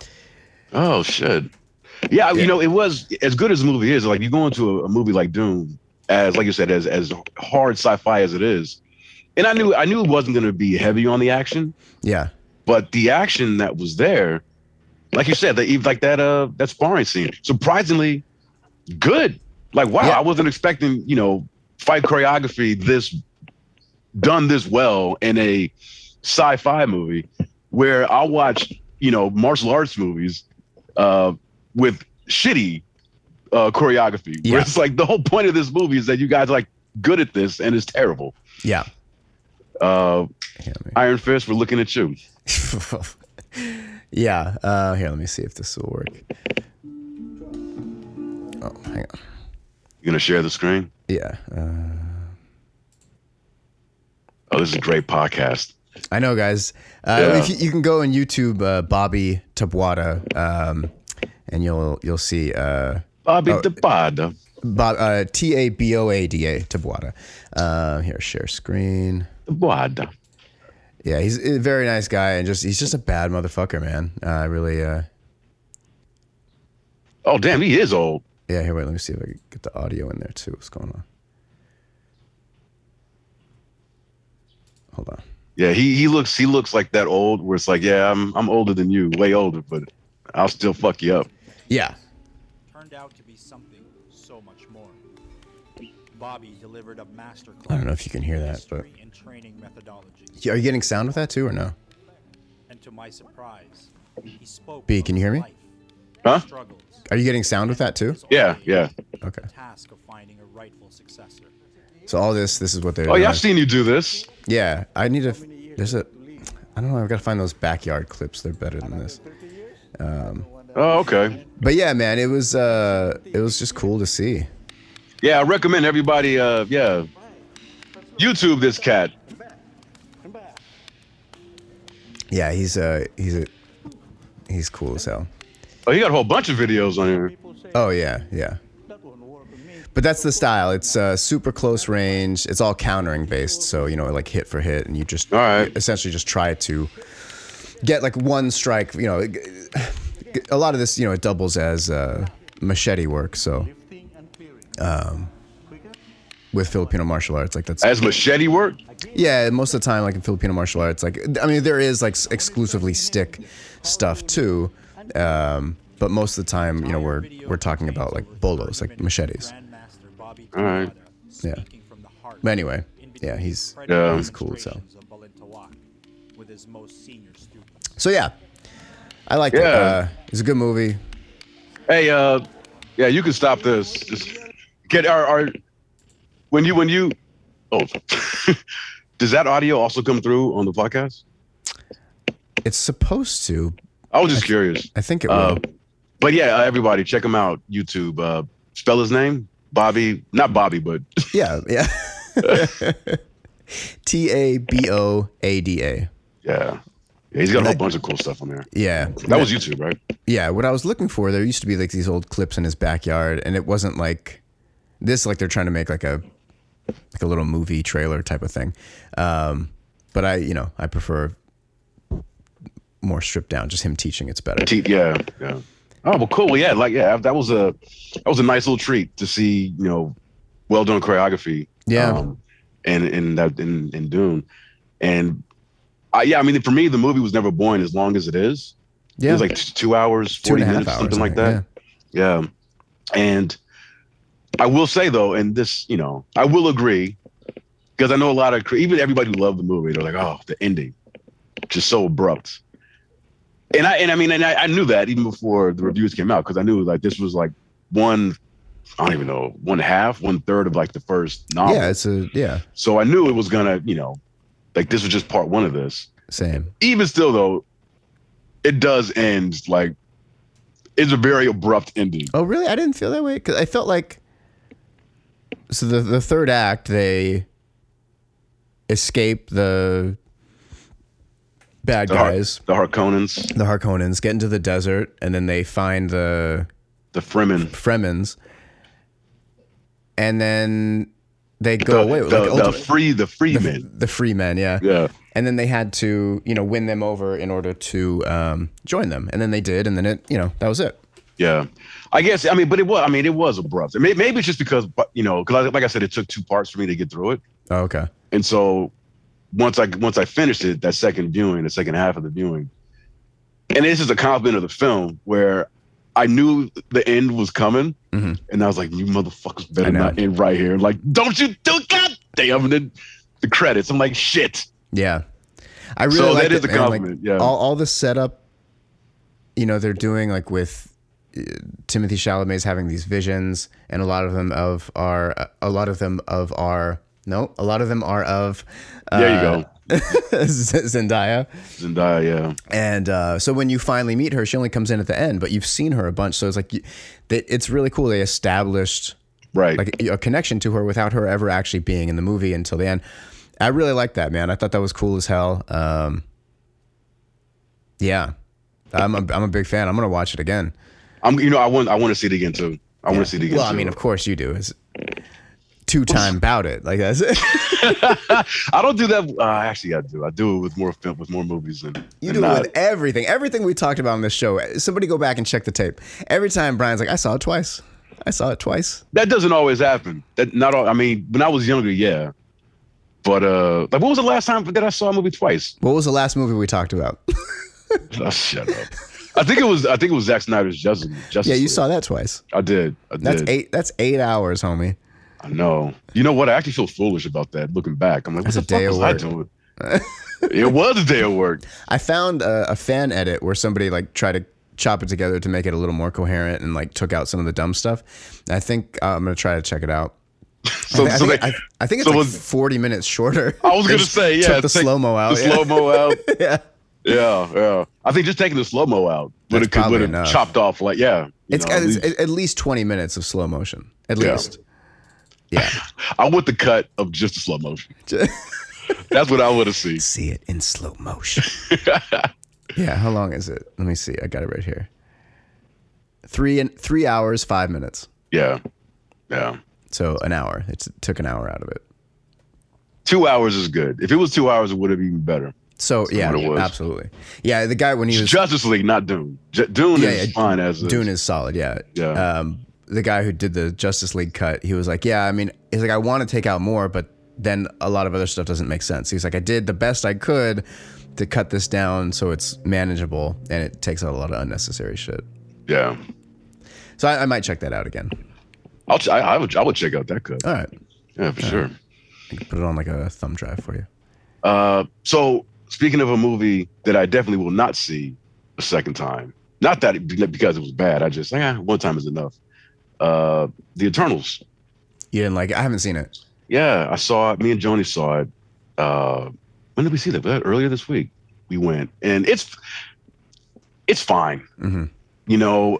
S1: oh shit. Yeah,
S2: Yeah.
S1: you know, it was as good as the movie is. Like you go into a, a movie like Doom, as like you said, as as hard sci-fi as it is, and I knew I knew it wasn't going to be heavy on the action,
S2: yeah,
S1: but the action that was there, like you said, that like that uh that sparring scene, surprisingly good. Like wow,
S2: Yeah.
S1: I wasn't expecting you know fight choreography this done this well in a sci-fi movie where I watch you know martial arts movies uh with shitty uh choreography.
S2: Yeah.
S1: Where it's like the whole point of this movie is that you guys are like good at this and it's terrible.
S2: yeah.
S1: Uh
S2: Here, let me-
S1: Iron Fist, we're looking at you.
S2: yeah. Uh, here, let me see if this will work. Oh, hang on.
S1: You gonna share the screen?
S2: Yeah. Uh,
S1: Oh, this is a great podcast.
S2: I know, guys. Uh,
S1: Yeah.
S2: if you, you can go on YouTube, uh, Bobby Tabuada, um, and you'll you'll see uh,
S1: Bobby DePada.
S2: Bob uh, T A B O A D A Tabuada. Uh, here, share screen.
S1: DePada.
S2: Yeah, he's a very nice guy, and just he's just a bad motherfucker, man. Uh, really. Uh,
S1: Oh, damn, he is old.
S2: yeah. Here, wait. Let me see if I can get the audio in there too. What's going on? Hold on.
S1: Yeah, he he looks he looks like that old where it's like, yeah, I'm I'm older than you, way older, but I'll still fuck you up.
S2: Yeah.
S3: turned out to be something so much more. Bobby delivered a masterclass.
S2: I don't know if you can hear
S3: in
S2: that, but-
S3: history and training methodologies.
S2: Yeah, Are you getting sound with that too, or no?
S3: And to my surprise, he spoke.
S2: B,
S3: of
S2: can you hear me?
S3: life,
S1: Huh?
S3: struggles,
S2: Are you getting sound with that too?
S3: his
S1: Yeah,
S3: old age,
S1: yeah.
S2: Okay.
S3: the Task of finding a rightful successor.
S2: So all this, this is what they're.
S1: Oh yeah,
S2: doing.
S1: I've seen you do this.
S2: Yeah, I need to. f- There's a. I don't know. I've got to find those backyard clips. They're better than this.
S1: Oh, okay.
S2: But yeah, man, it was. Uh, it was just cool to see.
S1: Yeah, I recommend everybody uh yeah. YouTube this cat.
S2: Yeah, he's uh he's a, he's cool as hell.
S1: Oh, he got a whole bunch of videos on here.
S2: Oh yeah, yeah. But that's the style. It's uh, super close range. It's all countering based. So you know, like hit for hit, and you just
S1: All right.
S2: you essentially just try to get like one strike. You know, a lot of this, you know, it doubles as uh, machete work. So with Filipino martial arts, like that's
S1: As machete work?
S2: yeah. Most of the time, like in Filipino martial arts, like I mean, there is like exclusively stick stuff too. Um, but most of the time, you know, we're we're talking about like bolos, like machetes.
S1: All right.
S2: Yeah. But anyway, yeah, he's-
S1: Yeah.
S2: he's cool, so. So yeah, I liked it.
S1: Yeah.
S2: Uh, it's a good movie.
S1: Hey, uh, yeah, you can stop this. Just get our, our when you when you oh does that audio also come through on the podcast?
S2: It's supposed to.
S1: I was just curious.
S2: I think it will.
S1: Uh, But yeah, uh, everybody, check him out. YouTube. Uh, spell his name, Bobby. Not Bobby, but
S2: Yeah, yeah. T A B O A D A.
S1: yeah, yeah he's got a whole bunch of cool stuff on there.
S2: Yeah.
S1: That was YouTube, right?
S2: Yeah, what I was looking for, there used to be like these old clips in his backyard, and it wasn't like this. Like they're trying to make like a like a little movie trailer type of thing. Um, but I, you know, I prefer more stripped down. Just him teaching, it's better.
S1: Te- yeah, yeah. Oh well, cool. Well, yeah, like yeah, that was a that was a nice little treat to see. You know, well done choreography.
S2: Yeah.
S1: Um, and and that in in Dune, and I, yeah, I mean for me the movie was never boring as long as it is. It
S2: Yeah,
S1: was like t- two hours,
S2: Two
S1: forty
S2: and a half
S1: minutes,
S2: hours,
S1: something
S2: I
S1: like
S2: think,
S1: that. Yeah. And I will say though, and this, you know, I will agree because I know a lot of cri- even everybody who loved the movie, they're like, oh, the ending, just so abrupt. And I and I mean, and I, I knew that even before the reviews came out because I knew like this was like one, I don't even know, one half, one third of like the first novel.
S2: yeah, it's a yeah,
S1: So I knew it was gonna, you know, like this was just part one of this
S2: same.
S1: even still though, it does end like it's a very abrupt ending.
S2: Oh, really? I didn't feel that way because I felt like so the the third act they escape the bad
S1: The, Har-
S2: guys.
S1: the Harkonnens,
S2: the Harkonnens get into the desert, and then they find the
S1: the Fremen,
S2: Fremens, and then they go
S1: the,
S2: away.
S1: the,
S2: Oh, like,
S1: the
S2: ultimate-
S1: free, the free men.
S2: the free men, yeah.
S1: Yeah,
S2: And then they had to, you know, win them over in order to um, join them, and then they did, and then it, you know, that was it.
S1: yeah. I guess I mean, but it was. I mean, it was abrupt. Maybe, maybe it's just because, but you know, because like I said, it took two parts for me to get through it,
S2: Oh, okay.
S1: and so once I once I finished it, that second viewing, the second half of the viewing, and this is a compliment of the film where. I knew the end was coming,
S2: Mhm.
S1: and I was like, "You motherfuckers
S2: I
S1: better
S2: know.
S1: not end right here!" Like, don't you do? God damn it! The credits. I'm like, "Shit!"
S2: Yeah. I really
S1: So
S2: like
S1: that is a compliment, yeah.
S2: All, all the setup, you know, they're doing like with uh, Timothy Chalamet's having these visions, and a lot of them of are a lot of them of are no, a lot of them are of. Uh,
S1: There you go,
S2: Z- Zendaya,
S1: Zendaya. Yeah,
S2: and uh, so when you finally meet her, she only comes in at the end, but you've seen her a bunch, so it's like you, that. It's really cool. They established
S1: right.
S2: like a connection to her without her ever actually being in the movie until the end. I really like that, man. I thought that was cool as hell. Um, yeah, I'm a, I'm a big fan. I'm gonna watch it again.
S1: I'm. You know, I want. I want to see it again too. I want to see it again.
S2: Well, I
S1: too.
S2: mean, of course you do. It's two time about it. Like that's it.
S1: I don't do that. Uh, actually, I do. I do it with more film, with more movies than than
S2: You do it
S1: not.
S2: with everything. Everything we talked about on this show. Somebody go back and check the tape. Every time Brian's like, I saw it twice. I saw it twice.
S1: That doesn't always happen. That not. All, I mean, when I was younger, yeah. But uh, like, what was the last time that I saw a movie twice?
S2: What was the last movie we talked about?
S1: Oh, shut up. I think it was. I think it was Zack Snyder's Justice. Justice
S2: yeah, you
S1: League.
S2: saw that twice.
S1: I did. I
S2: That's
S1: did.
S2: eight. That's eight hours, homie.
S1: I know. You know what? I actually feel foolish about that. Looking back, I'm like, what
S2: That's
S1: the
S2: a day
S1: fuck
S2: of
S1: was I doing? it was a day of work.
S2: I found a, a fan edit where somebody like tried to chop it together to make it a little more coherent and like took out some of the dumb stuff. I think uh, I'm gonna try to check it out.
S1: So,
S2: I,
S1: so
S2: think,
S1: they,
S2: I, I think it's
S1: so
S2: like
S1: was-
S2: 40 minutes shorter.
S1: I was
S2: They
S1: gonna
S2: just
S1: say, yeah,
S2: took the
S1: take
S2: slow mo out.
S1: the
S2: yeah.
S1: slow mo out.
S2: yeah.
S1: Yeah, yeah. I think just taking the slow mo out would have could
S2: That's
S1: would
S2: probably
S1: have
S2: enough.
S1: chopped off like yeah. you
S2: It's,
S1: know, at
S2: it's
S1: least-
S2: at least 20 minutes of slow motion, at
S1: Yeah.
S2: least. Yeah.
S1: I want the cut of just the slow motion. That's what I want to see.
S2: See it in slow motion. yeah. How long is it? Let me see. I got it right here. Three and three hours, five minutes.
S1: Yeah, yeah.
S2: So an hour. It's, it took an hour out of it.
S1: Two hours is good. If it was two hours, it would have been better.
S2: So yeah,
S1: what it was.
S2: absolutely. Yeah, the guy when he was
S1: Justice League, not Dune. Ju- Dune
S2: Yeah,
S1: is
S2: yeah,
S1: fine as is.
S2: Dune is solid. Yeah.
S1: Yeah.
S2: Um, the guy who did the Justice League cut, he was like, yeah, I mean, he's like, I want to take out more, but then a lot of other stuff doesn't make sense. He's like, I did the best I could to cut this down so it's manageable and it takes out a lot of unnecessary shit.
S1: Yeah,
S2: So I, I might check that out again.
S1: I'll ch- I, I would I would check out that cut.
S2: All right.
S1: Yeah, for sure.
S2: I can put it on like a thumb drive for you.
S1: Uh, so speaking of a movie that I definitely will not see a second time. Not that it, because it was bad. I just eh, one time is enough. Uh, the Eternals.
S2: You didn't like it? I haven't seen it.
S1: Yeah, I saw it. Me and Joni saw it. Uh, when did we see that? Was that earlier this week. We went, and it's it's fine.
S2: Mhm.
S1: You know,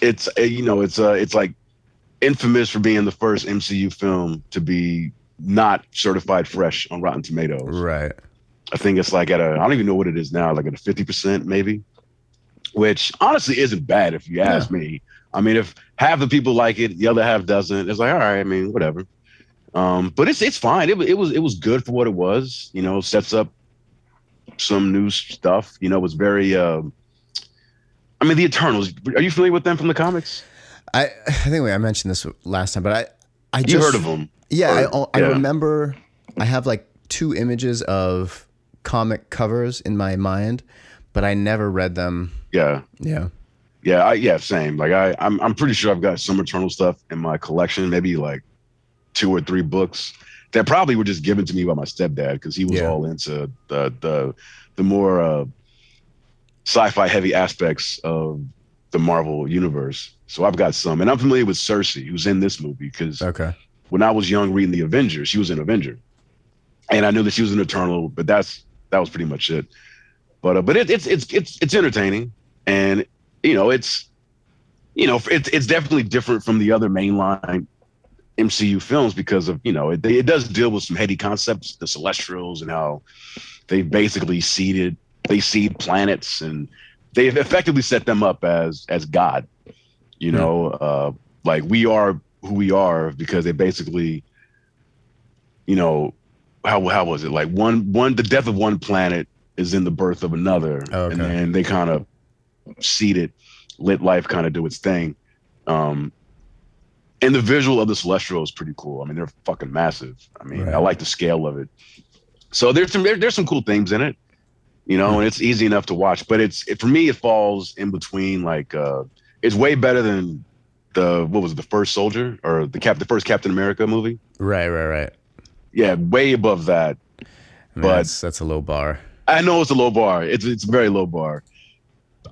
S1: it's uh, you know it's uh it's like infamous for being the first MCU film to be not certified fresh on Rotten Tomatoes.
S2: Right.
S1: I think it's like at a I don't even know what it is now, like at a fifty percent maybe, which honestly isn't bad if you ask me. I mean, if half the people like it, the other half doesn't, it's like all right. I mean, whatever. Um, but it's it's fine. It, wa- it was it was good for what it was. You know, sets up some new stuff. You know, it was very. Um, I mean, the Eternals. Are you familiar with them from the comics?
S2: I I think we, I mentioned this last time, but I I
S1: You
S2: just,
S1: heard of them?
S2: Yeah, I,
S1: Or-
S2: I
S1: yeah.
S2: remember. I have like two images of comic covers in my mind, but I never read them.
S1: Yeah.
S2: Yeah.
S1: Yeah, I, yeah, same. Like I, I'm, I'm pretty sure I've got some Eternal stuff in my collection, maybe like two or three books that probably were just given to me by my stepdad because he was
S2: Yeah.
S1: all into the the the more uh, sci-fi heavy aspects of the Marvel universe. So I've got some, and I'm familiar with Cersei, who's in this movie because
S2: Okay.
S1: when I was young reading the Avengers, she was an Avenger, and I knew that she was an Eternal, but that's that was pretty much it. But uh, but it, it's it's it's it's entertaining, and you know it's you know it's it's definitely different from the other mainline MCU films because of you know it it does deal with some heady concepts, the Celestials, and how they basically seeded they seed planets and they've effectively set them up as as God, you
S2: Yeah.
S1: know, uh, like we are who we are because they basically you know how how was it like one one the death of one planet is in the birth of another
S2: Oh,
S1: and
S2: okay.
S1: then they kind of seeded let life kind of do its thing um and the visual of the celestial is pretty cool i mean they're fucking massive i mean
S2: Right.
S1: i like the scale of it so there's some there, there's some cool things in it you know and it's easy enough to watch but it's it, for me it falls in between like uh it's way better than the what was it, the first soldier or the cap the first captain america movie
S2: Right. Right. Right.
S1: yeah way above that
S2: I mean,
S1: But-
S2: that's, that's a low bar.
S1: i know it's a low bar it's it's a very low bar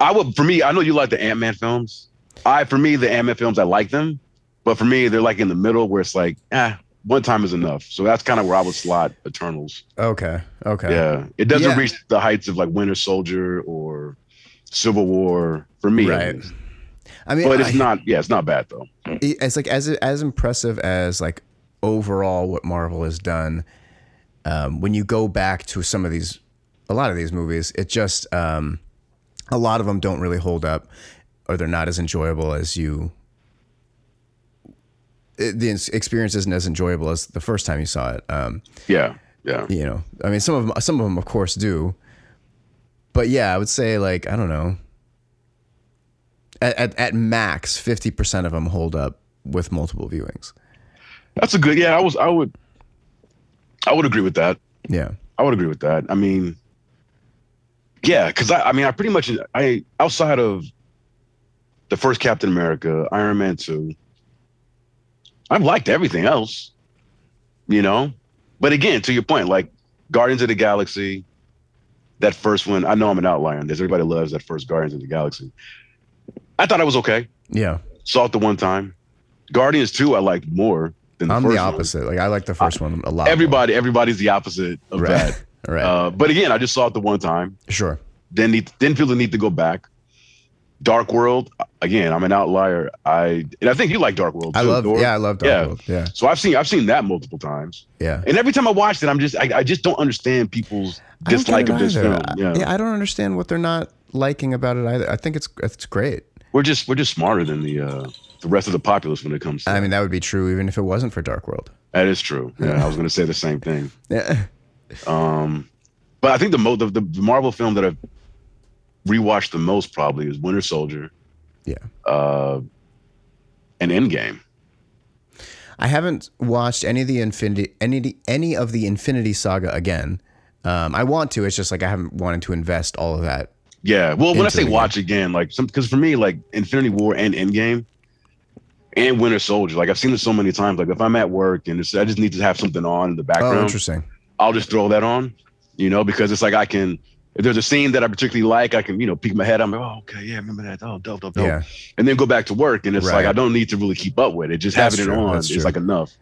S1: i would for me i know you like the ant-man films i for me the ant-man films i like them but for me they're like in the middle where it's like ah one time is enough so that's kind of where i would slot eternals
S2: Okay. Okay.
S1: yeah it doesn't
S2: Yeah.
S1: reach the heights of like winter soldier or civil war for me at
S2: Right.
S1: least.
S2: I mean,
S1: but it's
S2: I-
S1: not yeah it's not bad though
S2: it- it's like as as impressive as like overall what Marvel has done. Um, when you go back to some of these, a lot of these movies, it just um, a lot of them don't really hold up, or they're not as enjoyable as you. it- the ex- experience isn't as enjoyable as the first time you saw it. Um,
S1: yeah yeah
S2: you know, I mean, some of them, some of them, of course, do. But yeah, I would say like I don't know. At at, at max, fifty percent of them hold up with multiple viewings.
S1: That's a good. Yeah, I was. I would. I would agree with that.
S2: Yeah,
S1: I would agree with that. I mean, yeah, because I. I mean, I pretty much. I outside of the first Captain America, Iron Man two. I've liked everything else, you know. But again, to your point, like Guardians of the Galaxy, that first one. I know I'm an outlier on this. Everybody loves that first Guardians of the Galaxy. I thought it was okay.
S2: yeah.
S1: Saw it the one time. Guardians two, I liked more than the
S2: I'm
S1: first
S2: the
S1: one
S2: opposite. Like I like the first one a lot. more.
S1: everybody everybody's the opposite of
S2: right,
S1: that
S2: right,
S1: uh, but again i just saw it the one time
S2: sure.
S1: didn't need, didn't feel the need to go back dark world again i'm an outlier i and i think you like dark world
S2: I
S1: too,
S2: love,
S1: Thor.
S2: yeah, I love Dark
S1: Yeah.
S2: World. Yeah,
S1: so i've seen i've seen that multiple times
S2: yeah.
S1: and every time i watched it i'm just i, I just don't understand people's
S2: I don't
S1: dislike
S2: get
S1: of
S2: it
S1: this
S2: either.
S1: film
S2: I-
S1: yeah.
S2: yeah, I don't understand what they're not liking about it either. I think it's it's great.
S1: we're just we're just smarter than the uh the rest of the populace when it comes to
S2: I
S1: that.
S2: mean, that would be true even if it wasn't for Dark World.
S1: that is true yeah i was gonna say the same thing
S2: Yeah,
S1: Um, but I think the, mo- the the Marvel film that I've rewatched the most probably is Winter Soldier.
S2: Yeah.
S1: Uh, and Endgame.
S2: I haven't watched any of the Infinity any any of the Infinity Saga again. Um, I want to. It's just like I haven't wanted to invest all of that.
S1: Yeah. Well, when I
S2: Into
S1: say
S2: the
S1: watch again, like some because for me, like Infinity War and Endgame and Winter Soldier, like I've seen this so many times. Like if I'm at work and it's, I just need to have something on in the
S2: Oh,
S1: background,
S2: interesting.
S1: I'll just throw that on. You know, because it's like I can. If there's a scene that I particularly like, I can you know peek my head. I'm like, oh okay, yeah, remember that? Oh, dope, dope, dope.
S2: Yeah,
S1: and then go back to work. And it's
S2: Right.
S1: like I don't need to really keep up with it. Just
S2: That's
S1: having it
S2: true.
S1: on
S2: That's true.
S1: is like enough.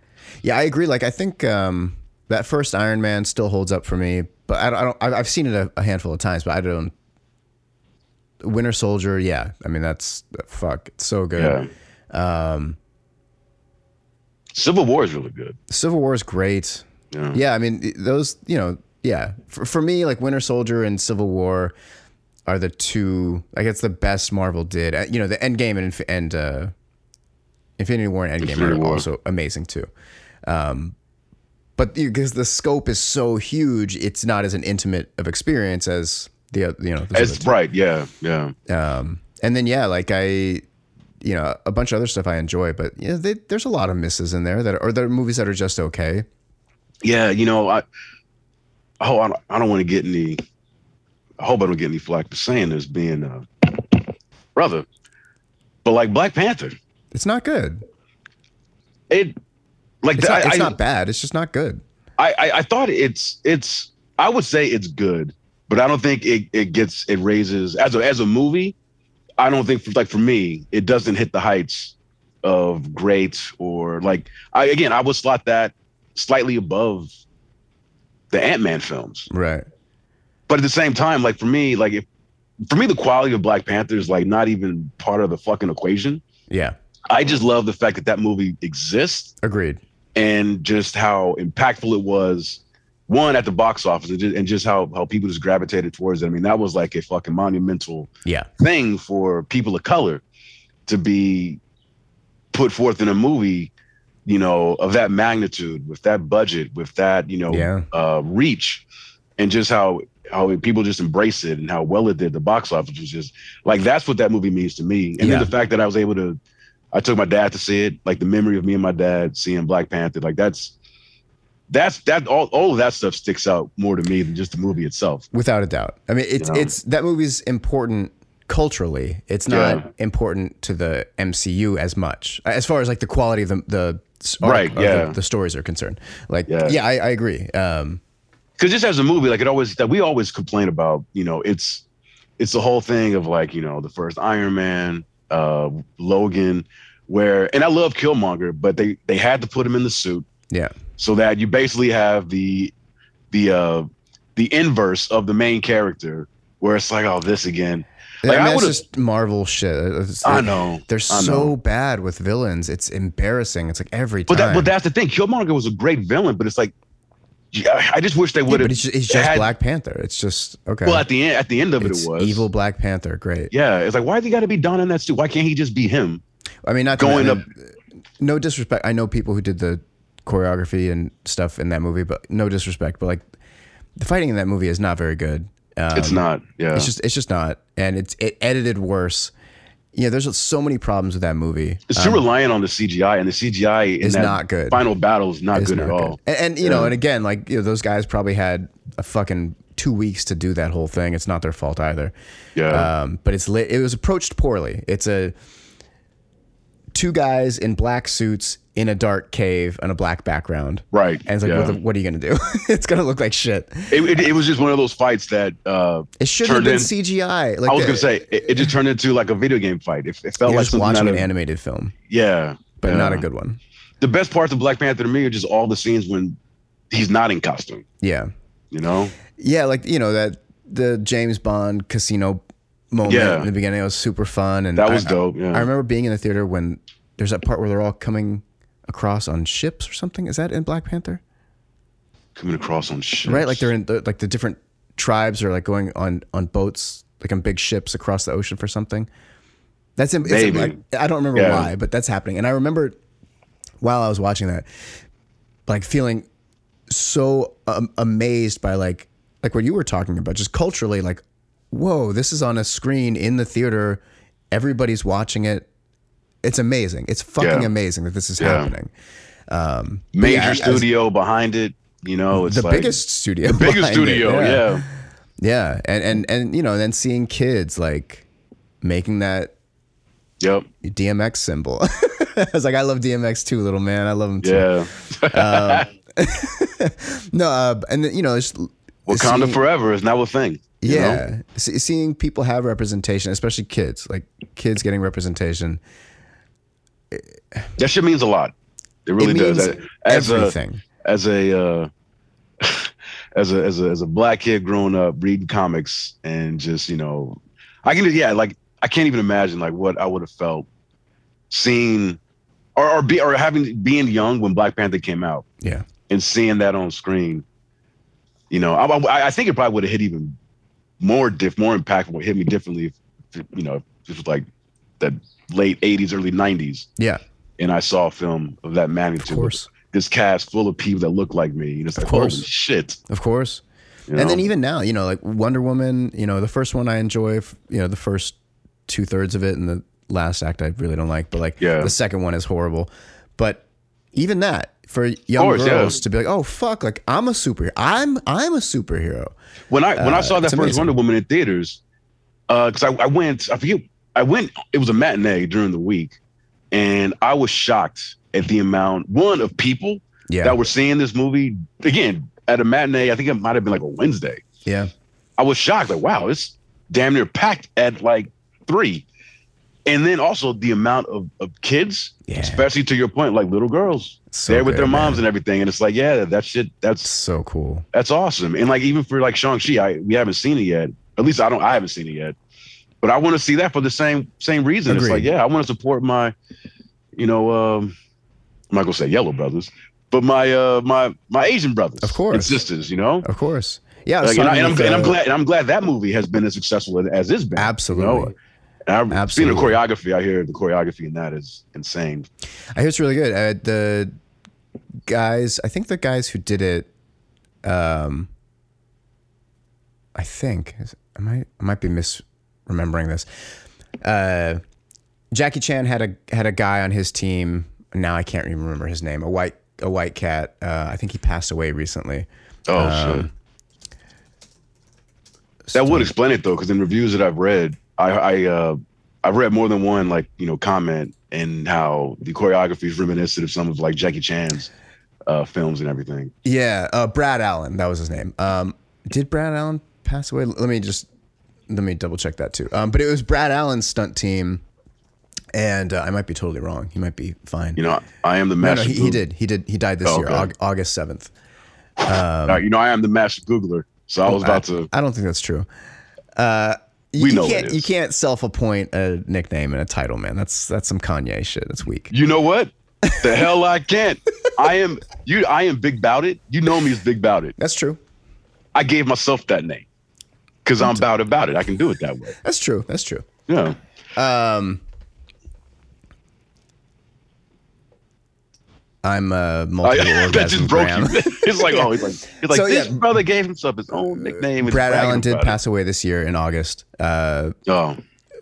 S2: yeah, I agree. Like I think um, that first Iron Man still holds up for me, but I don't. I don't I've- I've seen it a, a handful of times, but I don't. Winter Soldier, yeah. I mean, that's fuck. It's so good. Um,
S1: Yeah. Civil War is really good.
S2: Civil War is great.
S1: Yeah.
S2: Yeah, I mean those. You know, yeah. For, for me, like Winter Soldier and Civil War are the two. Like it's the best Marvel did. Uh, You know, the Endgame and Inf- and uh, Infinity War and Endgame
S1: Infinity
S2: are
S1: War.
S2: also amazing too. Um, but because the scope is so huge, it's not as an intimate of experience as the oth- you know. those other
S1: It's bright. Yeah. Yeah.
S2: and then yeah, like I, you know, a bunch of other stuff I enjoy, but you know, they, there's a lot of misses in there that are, or there are movies that are just okay.
S1: Yeah. You know, I, oh, I don't, I don't want to get any, I hope I don't get any flack for saying this being a brother, but like Black Panther,
S2: It's not good.
S1: it, like,
S2: It's,
S1: I,
S2: not, it's
S1: I-
S2: not bad. It's just not good.
S1: I, I, I thought it's it's I would say it's good, but I don't think it, it gets it raises as a as a movie. I don't think like for me, it doesn't hit the heights of great or like I again I would slot that slightly above the Ant Man films.
S2: Right.
S1: But at the same time, like for me, like if for me the quality of Black Panther is like not even part of the fucking equation.
S2: Yeah.
S1: I just love the fact that that movie exists
S2: Agreed.
S1: and just how impactful it was. One at the box office, and just, and just how how people just gravitated towards it. I mean, that was like a fucking monumental
S2: Yeah.
S1: thing for people of color to be put forth in a movie, you know, of that magnitude, with that budget, with that you know
S2: Yeah.
S1: uh, reach, and just how how people just embrace it and how well it did. The box office was just like that's what that movie means to me. And
S2: Yeah.
S1: then the fact that I was able to, I took my dad to see it. Like the memory of me and my dad seeing Black Panther, like that's. That's that all, all of that stuff sticks out more to me than just the movie itself.
S2: Without a doubt. I mean, it's
S1: You know?
S2: it's that movie's important culturally. It's not
S1: Yeah.
S2: important to the MCU as much as far as like the quality of the the s-
S1: Right,
S2: of the-
S1: yeah.
S2: the, stories are concerned. Like yeah,
S1: Yeah.
S2: I, I agree. Um,
S1: because just as a movie, like it always that we always complain about, you know, it's it's the whole thing of like you know the first Iron Man, uh, Logan, where and I love Killmonger, but they they had to put him in the suit
S2: yeah.
S1: so that you basically have the the uh the inverse of the main character, where it's like oh this again, like
S2: I
S1: I,
S2: mean, it's
S1: would have,
S2: just Marvel shit. It's
S1: I
S2: like-
S1: know I
S2: They're so
S1: know.
S2: bad with villains. It's embarrassing. It's like every time.
S1: but that but that's the thing, Killmonger was a great villain, but it's like yeah, I just wish they
S2: yeah,
S1: would
S2: but
S1: have.
S2: it's just, it's just
S1: had-
S2: Black Panther. It's just okay.
S1: Well, at the end, at the end of it,
S2: it's
S1: it was
S2: evil Black Panther. Great.
S1: Yeah, it's like why do you got to be Don in that suit? Why can't he just be him?
S2: I mean, not
S1: Going
S2: to, No disrespect. I know people who did the choreography and stuff in that movie, but no disrespect. But like the fighting in that movie is not very good. Um,
S1: It's not. Yeah.
S2: It's just. It's just not. And it's it edited worse. Yeah. There's so many problems with that movie.
S1: It's too reliant on the CGI, and the CGI in
S2: um, It's
S1: that
S2: not good.
S1: final battle is not
S2: It's
S1: good
S2: not
S1: at all.
S2: And, and, you know, and again, like you know, those guys probably had a fucking two weeks to do that whole thing. It's not their fault either.
S1: Yeah.
S2: Um, but it's lit. It was approached poorly. It's a two guys in black suits in a dark cave on a black background.
S1: right.
S2: And it's like,
S1: yeah.
S2: what, the, what are you gonna do? it's gonna look like shit.
S1: it, it, it was just one of those fights that uh,
S2: It shouldn't
S1: Turned
S2: have been
S1: in-
S2: CGI. Like
S1: I was
S2: the-
S1: gonna say it, it just turned into like a video game fight. It, it felt
S2: you're
S1: like
S2: just
S1: something
S2: watching
S1: out
S2: an
S1: of,
S2: animated film,
S1: yeah,
S2: but
S1: yeah.
S2: not a good one.
S1: The best parts of Black Panther to me are just all the scenes when he's not in costume.
S2: Yeah,
S1: You know,
S2: yeah, like you know that the James Bond casino moment
S1: Yeah.
S2: in the beginning it was super fun, and
S1: that was
S2: I,
S1: dope. Yeah.
S2: I remember being in the theater when there's that part where they're all coming across on ships or something. Is that in Black Panther?
S1: Coming across on shit.
S2: Right, like they're in the, like the different tribes are like going on on boats, like on big ships across the ocean for something. That's in, it's in,
S1: Maybe.
S2: like I don't remember
S1: Yeah.
S2: why, but that's happening. And I remember while I was watching that, like feeling so um, amazed by like like what you were talking about, just culturally, like whoa, this is on a screen in the theater, everybody's watching it. It's amazing. It's fucking
S1: Yeah.
S2: amazing that this is
S1: Yeah.
S2: happening.
S1: major
S2: yeah, I- I-
S1: studio behind it. You know, it's
S2: The
S1: like,
S2: biggest studio,
S1: biggest
S2: behind it,
S1: studio. yeah.
S2: Yeah, and and and you know, then seeing kids like making that
S1: Yep.
S2: DMX symbol. I was like, I love DMX too, little man. I love him too.
S1: Yeah.
S2: No, uh, and then, you know, it's,
S1: Wakanda
S2: seeing-
S1: forever is now a thing. you know?
S2: yeah, see, seeing people have representation, especially kids, like kids getting representation,
S1: That shit means a lot. It really
S2: it means
S1: does. As a
S2: everything.
S1: as a uh, as a as a as a black kid growing up reading comics and just you know, I can, yeah, like I can't even imagine like what I would have felt seeing or or, be, or having being young when Black Panther came out
S2: Yeah.
S1: and seeing that on screen. You know, I I, I think it probably would have hit even more diff, more impactful, hit me differently. If, if, you know, if it was like that late '80s, early '90s,
S2: Yeah.
S1: and I saw a film of that
S2: Of
S1: magnitude, with
S2: course.
S1: this cast full of people that look like me, and it's
S2: Of
S1: like, holy
S2: course.
S1: shit.
S2: Of course.
S1: you
S2: And then
S1: know?
S2: even now, you know, like Wonder Woman, you know, the first one I enjoy, f- you know, the first two thirds of it, and the last act I really don't like, but like
S1: Yeah.
S2: the second one is horrible. But even that for young
S1: course, yeah.
S2: girls to be like, oh fuck, like I'm a superhero. I'm I'm a superhero.
S1: when I when
S2: uh,
S1: I saw that
S2: it's
S1: first
S2: amazing.
S1: Wonder Woman in theaters, because I, I went, I forget, I went. It was a matinee during the week, and I was shocked at the amount one of people
S2: Yeah.
S1: that were seeing this movie again at a matinee. I think it might have been like a Wednesday.
S2: yeah.
S1: I was shocked, like, wow, it's damn near packed at like three. And then also the amount of, of kids,
S2: Yeah.
S1: especially to your point, like little girls,
S2: So
S1: there with their
S2: good,
S1: moms and
S2: man.
S1: everything. And it's like, yeah, that shit, that's
S2: So cool.
S1: that's awesome. And like even for like Shang Chi, I we haven't seen it yet. At least I don't. I haven't seen it yet. But I want to see that for the same same reason. It's like
S2: Agreed.
S1: yeah, I want to support my, you know, um, I'm not gonna say yellow brothers, but my uh my my Asian brothers,
S2: Of course.
S1: and sisters. You know,
S2: Of course. Yeah.
S1: like,
S2: so
S1: and, I,
S2: with
S1: and,
S2: uh,
S1: I'm, and I'm
S2: the-
S1: glad and I'm glad that movie has been as successful as it's been. you know?
S2: Absolutely.
S1: And I've
S2: Absolutely.
S1: seen the choreography. I hear the choreography in that is insane.
S2: I hear it's really good. Uh, the guys, I think the guys who did it, um, I think is- I might I might be misremembering this. Uh, Jackie Chan had a had a guy on his team. Now I can't even remember his name. A white a white cat. Uh, I think he passed away recently.
S1: Oh shit! That would explain it though, because in reviews that I've read, I I uh, I've read more than one like you know comment and how the choreography is reminiscent of some of like Jackie Chan's uh, films and everything.
S2: Yeah, uh, Brad Allen. That was his name. Um, did Brad Allen pass away? Let me just let me double check that too. Um, but it was Brad Allen's stunt team, and uh, I might be totally wrong. He might be fine.
S1: You know, I am the
S2: no,
S1: master.
S2: no, he, he
S1: Goog-
S2: did. He did. He died this
S1: Oh,
S2: year,
S1: okay.
S2: Aug- August seventh.
S1: Uh, you know, I am the master Googler. So I was about to.
S2: Oh, I don't think that's true. Uh, you,
S1: We
S2: you
S1: know it
S2: can't you
S1: is.
S2: can't self appoint a nickname and a title, man. That's that's some Kanye shit. That's weak.
S1: You know what? The hell I can't. I am you. I am big bout it. You know me as big bout it.
S2: That's true.
S1: I gave myself that name because I'm bout about it. I can do it that way.
S2: That's true. That's true.
S1: Yeah.
S2: I'm
S1: Oh,
S2: a multiple
S1: yeah. that
S2: orgasm
S1: just broke
S2: gram.
S1: you. it's like oh, he's like he's like
S2: So,
S1: this
S2: yeah.
S1: brother gave himself his own nickname. and
S2: Brad
S1: bragging
S2: Allen did
S1: about it."
S2: pass away this year in August. Uh,
S1: Oh,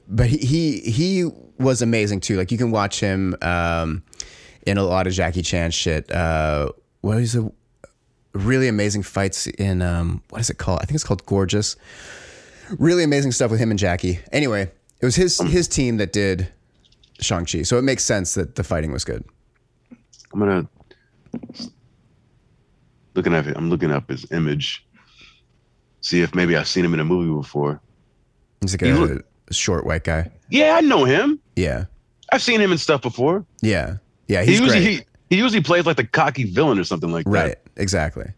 S2: but he, he he was amazing too. Like you can watch him um, in a lot of Jackie Chan shit. Uh, what is the really amazing fights in um, what is it called? I think it's called Gorgeous. Really amazing stuff with him and Jackie. Anyway, it was his his team that did Shang Chi, so it makes sense that the fighting was good.
S1: I'm gonna looking at it. I'm looking up his image. See if maybe I've seen him in a movie before.
S2: He's like
S1: He
S2: a
S1: look-
S2: short white guy.
S1: Yeah, I know him.
S2: Yeah,
S1: I've seen him in stuff before.
S2: yeah, yeah.
S1: He
S2: He's
S1: usually
S2: great.
S1: he, he usually plays like the cocky villain or something like
S2: right, exactly.
S1: that.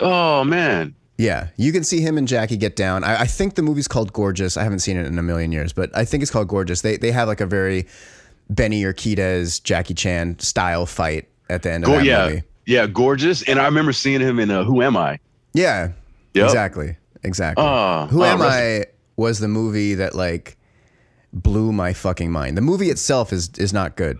S1: Oh man.
S2: Yeah, you can see him and Jackie get down. I, I think the movie's called Gorgeous. I haven't seen it in a million years, but I think it's called Gorgeous. They they have like a very Benny Urquidez, Jackie Chan style fight at the end of
S1: Go-
S2: that
S1: yeah.
S2: movie.
S1: Yeah, gorgeous. And I remember seeing him in uh, Who Am I?
S2: Yeah,
S1: Yep.
S2: exactly, exactly.
S1: Ah,
S2: Who
S1: ah,
S2: am
S1: rest-
S2: I? Was the movie that like blew my fucking mind. The movie itself is is not good.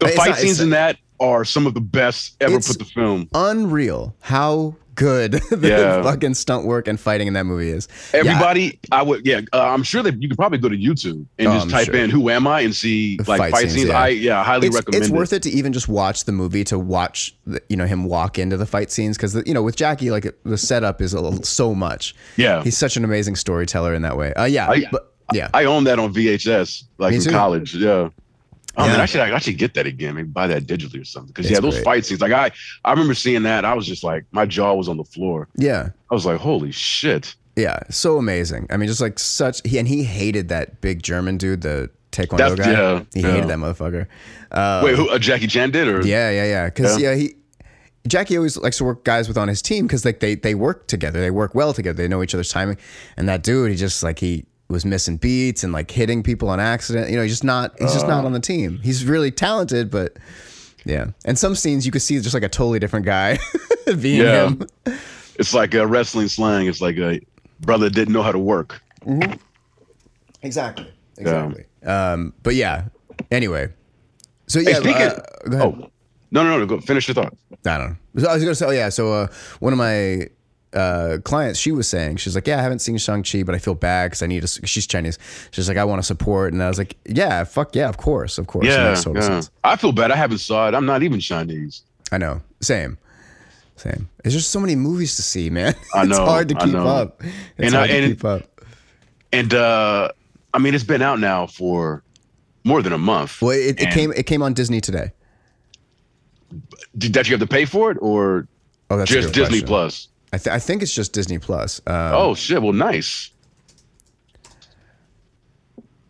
S1: The
S2: It's
S1: fight
S2: not- it's-
S1: scenes in that are some of the best ever
S2: It's-
S1: put to film.
S2: unreal how good the
S1: Yeah.
S2: fucking stunt work and fighting in that movie is. Yeah,
S1: Everybody, I would, yeah, uh, I'm sure that you could probably go to YouTube and
S2: Oh,
S1: just
S2: I'm
S1: type
S2: sure.
S1: in "Who am I" and see like
S2: fight
S1: fight,
S2: scenes,
S1: scenes.
S2: yeah.
S1: I yeah, I highly
S2: it's,
S1: recommend.
S2: it's
S1: it.
S2: worth it to even just watch the movie to watch the, you know him walk into the fight scenes because you know with Jackie like it- the setup is a little, so much.
S1: Yeah.
S2: he's such an amazing storyteller in that way. Uh, yeah,
S1: I-
S2: but yeah,
S1: I own that on VHS, like
S2: Me
S1: in
S2: too.
S1: college. Yeah. Oh
S2: Yeah.
S1: man, I should I should get that again. Maybe buy that digitally or something. Because yeah,
S2: It's
S1: those
S2: great.
S1: fight scenes, like I I remember seeing that. I was just like, my jaw was on the floor.
S2: yeah,
S1: I was like, holy shit.
S2: yeah, so amazing. I mean, just like such. He and he hated that big German dude, the Taekwondo
S1: That's-
S2: guy.
S1: yeah,
S2: he
S1: yeah.
S2: hated that motherfucker. Uh,
S1: Wait, who? Uh, Jackie Chan did or?
S2: Yeah, yeah, yeah. Because yeah.
S1: Yeah.
S2: he Jackie always likes to work guys with on his team because like they they work together, they work well together, they know each other's timing. And that dude, he just like he was missing beats and like hitting people on accident. You know, he's just not he's just
S1: Uh.
S2: not on the team. He's really talented, but yeah. And some scenes you could see just like a totally different guy being
S1: Yeah.
S2: him.
S1: It's like a wrestling slang. It's like a brother didn't know how to work.
S2: Exactly. Exactly. Um, but yeah. Anyway. So
S1: Hey,
S2: yeah,
S1: speaking.
S2: uh, go ahead.
S1: Oh, no, no, no. Go finish your thought.
S2: I don't know. So I was gonna say, oh yeah. So uh, one of my uh, clients, she was saying, she's like, yeah, I haven't seen Shang Chi, but I feel bad because I need to. She's Chinese. She's like, I want to support, and I was like, yeah, fuck yeah, of course, of course. It
S1: Yeah,
S2: makes total
S1: yeah.
S2: sense.
S1: I feel bad. I haven't saw it. I'm not even Chinese.
S2: I know. Same. Same. There's just so many movies to see, man.
S1: I
S2: it's
S1: know,
S2: hard to
S1: I
S2: keep
S1: know.
S2: up. It's
S1: And I-
S2: hard to
S1: and-
S2: keep up.
S1: And uh I mean, it's been out now for more than a month.
S2: Well, it, it
S1: And
S2: came. It came on Disney today.
S1: Did that you have to pay for it, or
S2: Oh, that's a
S1: just
S2: good
S1: Disney
S2: question.
S1: Plus?
S2: I, th- I think it's just Disney Plus. Um,
S1: oh shit! Well, nice.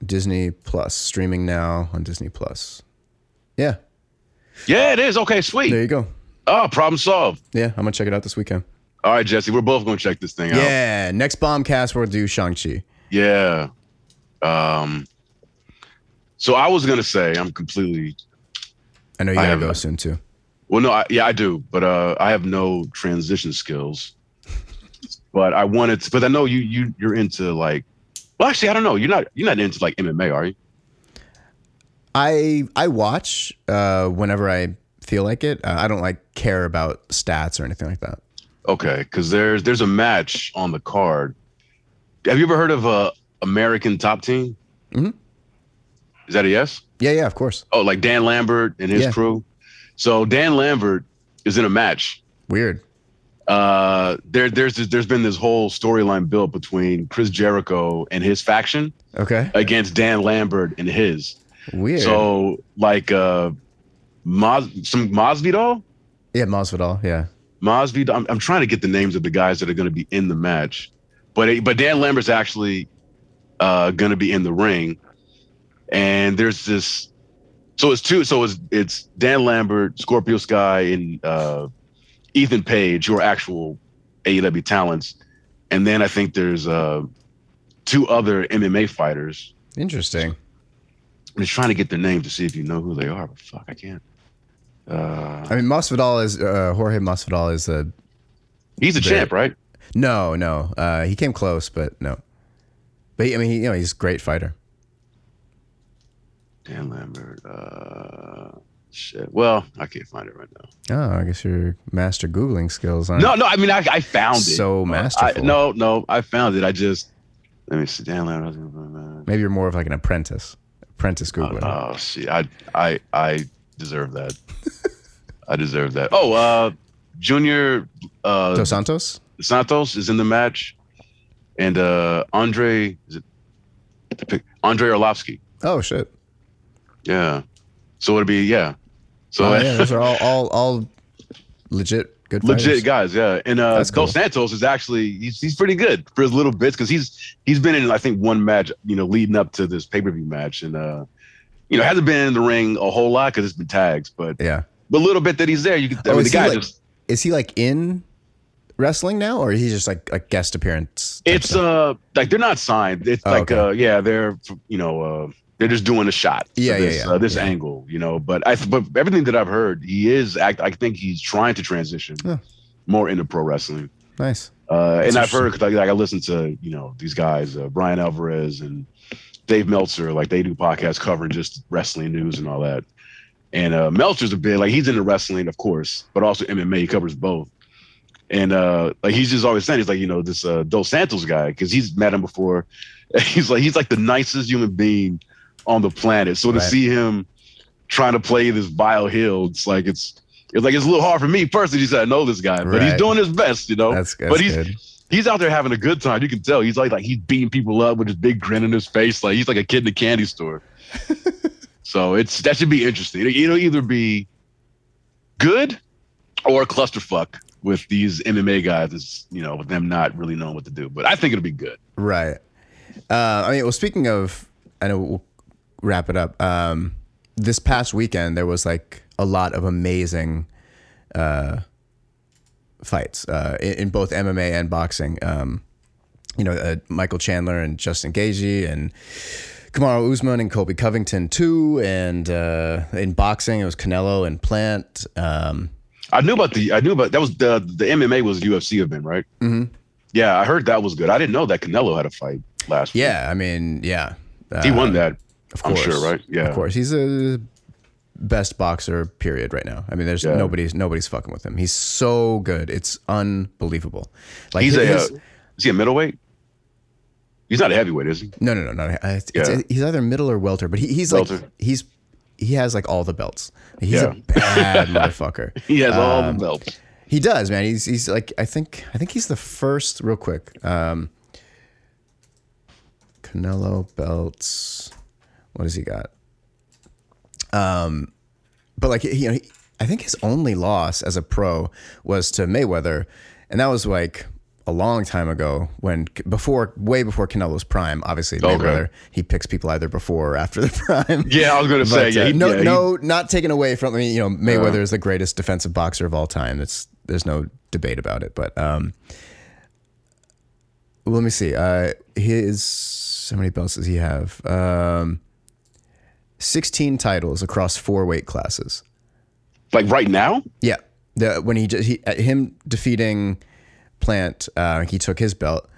S2: Disney Plus streaming now on Disney Plus. Yeah,
S1: Yeah, it is. Okay,
S2: there
S1: sweet.
S2: you go.
S1: Oh, problem solved.
S2: Yeah, I'm gonna check it out this weekend.
S1: All right, Jesse, we're both gonna check this thing out.
S2: Yeah, next bombcast we'll do Shang Chi.
S1: Yeah. Um. So I was gonna say I'm completely
S2: I know you
S1: I
S2: gotta
S1: have
S2: go
S1: a-
S2: soon too.
S1: well. No, I, yeah, I do, but uh, I have no transition skills. But I wanted, to, but I know you you you're into like. Well, actually, I don't know. You're not you're not into like MMA, are you?
S2: I I watch uh, whenever I feel like it. Uh, I don't like care about stats or anything like that.
S1: Okay, because there's there's a match on the card. Have you ever heard of uh, American Top Team?
S2: Mhm.
S1: Is that a yes?
S2: Yeah, yeah, of course.
S1: Oh, like Dan Lambert and his
S2: Yeah.
S1: crew. So Dan Lambert is in a match.
S2: Weird.
S1: Uh, there there's there's been this whole storyline built between Chris Jericho and his faction
S2: Okay.
S1: against Dan Lambert and his.
S2: Weird.
S1: So like uh, Mos- some Mosvidal,
S2: yeah, Masvidal. Yeah.
S1: Mosby. I'm, I'm trying to get the names of the guys that are going to be in the match, but it- but Dan Lambert's actually uh, going to be in the ring, and there's this. So it's two. So it's it's Dan Lambert, Scorpio Sky, and uh, Ethan Page, who are actual AEW talents, and then I think there's uh, two other MMA fighters.
S2: Interesting.
S1: I'm just trying to get their name to see if you know who they are, but fuck, I can't. Uh,
S2: I mean, Masvidal is uh, Jorge Masvidal is a
S1: he's a
S2: They-
S1: champ, right?
S2: no, no. Uh, he came close, but no. But he, I mean, he, you know, he's a great fighter.
S1: Dan Lambert. Uh, shit. Well, I can't find it right now.
S2: Oh, I guess your master googling skills. Aren't
S1: No, no. I mean, I, I found it.
S2: So
S1: Uh, I-
S2: masterful.
S1: no, no. I found it. I just let me see. Dan Lambert.
S2: Maybe you're more of like an apprentice. Apprentice googler.
S1: Oh shit. I I I deserve that. I deserve that. Oh, uh, Junior uh,
S2: Dos Santos.
S1: Santos is in the match, and uh, Andre is it Andre Orlovsky.
S2: Oh shit.
S1: Yeah. So it'd be yeah. So
S2: Oh, yeah, those are all all, all legit good fighters.
S1: legit guys yeah and uh
S2: That's cool.
S1: dos santos is actually he's, he's pretty good for his little bits because he's he's been in i think one match you know leading up to this pay-per-view match and uh you know hasn't been in the ring a whole lot because it's been tags but
S2: Yeah.
S1: the little bit that he's there you can I
S2: Oh,
S1: mean,
S2: is
S1: the
S2: he,
S1: guy
S2: like,
S1: just
S2: is he like in wrestling now, or he's just like a guest appearance? type
S1: it's
S2: stuff?
S1: uh like they're not signed it's
S2: Oh,
S1: like
S2: okay.
S1: uh yeah they're you know uh they're just doing a shot for
S2: Yeah, yeah,
S1: this,
S2: yeah.
S1: Uh, this
S2: Yeah.
S1: angle you know but i but everything that i've heard he is act i think he's trying to transition
S2: Huh.
S1: more into pro wrestling
S2: nice.
S1: Uh,
S2: That's
S1: and I've heard like, like I listen to you know these guys, uh, Brian Alvarez and Dave Meltzer, like they do podcasts covering just wrestling news and all that. And uh, Meltzer's a bit like he's into wrestling, of course, but also MMA. He covers both. And uh, like he's just always saying, he's like you know this uh, Dos Santos guy because he's met him before. He's like he's like the nicest human being on the planet. So to
S2: Right.
S1: see him trying to play this vile heel, it's like it's it's like it's a little hard for me personally. Just I know this guy, but he's
S2: Right.
S1: doing his best, you know
S2: That's, that's
S1: but he's
S2: good.
S1: he's out there having a good time. You can tell he's like like he's beating people up with his big grin on his face, like he's like a kid in a candy store. so it's that should be interesting. It'll, it'll either be good or a clusterfuck with these MMA guys. It's, you know, with them not really knowing what to do. But I think it'll be good.
S2: Right. Uh, I mean, well, speaking of, I know we'll wrap it up. Um, this past weekend, there was like a lot of amazing uh, fights uh, in, in both MMA and boxing. Um, you know, uh, Michael Chandler and Justin Gagey and Kamaru Usman and Kobe Covington too. And uh, in boxing, it was Canelo and Plant. Um,
S1: I knew about the I knew about that was the the MMA was UFC event, right?
S2: Mhm.
S1: Yeah, I heard that was good. I didn't know that Canelo had a fight last week.
S2: yeah, I mean, yeah, uh,
S1: He won that.
S2: Of
S1: I'm
S2: course,
S1: sure, right? Yeah.
S2: Of course, he's a best boxer. Period. Right now, I mean, there's
S1: Yeah.
S2: nobody's nobody's fucking with him. He's so good. It's unbelievable. Like
S1: He's a uh,
S2: his-
S1: is he a middleweight? He's not a heavyweight, is he?
S2: no, no, no, no. I- It's,
S1: Yeah.
S2: it's, he's either middle or welter, but he, he's like
S1: Welter.
S2: he's he has like all the belts. He's a
S1: Yeah.
S2: bad motherfucker.
S1: He has all the belts.
S2: He does, man. He's he's like I think I think he's the first. Real quick, um, Canelo belts. What has he got? Um, but like you know, he, I think his only loss as a pro was to Mayweather, and that was like a long time ago when before way before Canelo's prime. Obviously,
S1: Okay.
S2: Mayweather he picks people either before or after the prime.
S1: Yeah, I was gonna say
S2: But,
S1: yeah.
S2: uh,
S1: he-
S2: no,
S1: yeah, he- Uh-huh.
S2: no, not taken away from me. You know, Mayweather is the greatest defensive boxer of all time. That's there's no debate about it. But um, well, let me see. Uh, his how many belts does he have? Um, sixteen titles across four weight classes.
S1: like right now,
S2: Yeah, the when he just he at him defeating Plant, uh, he took his belt.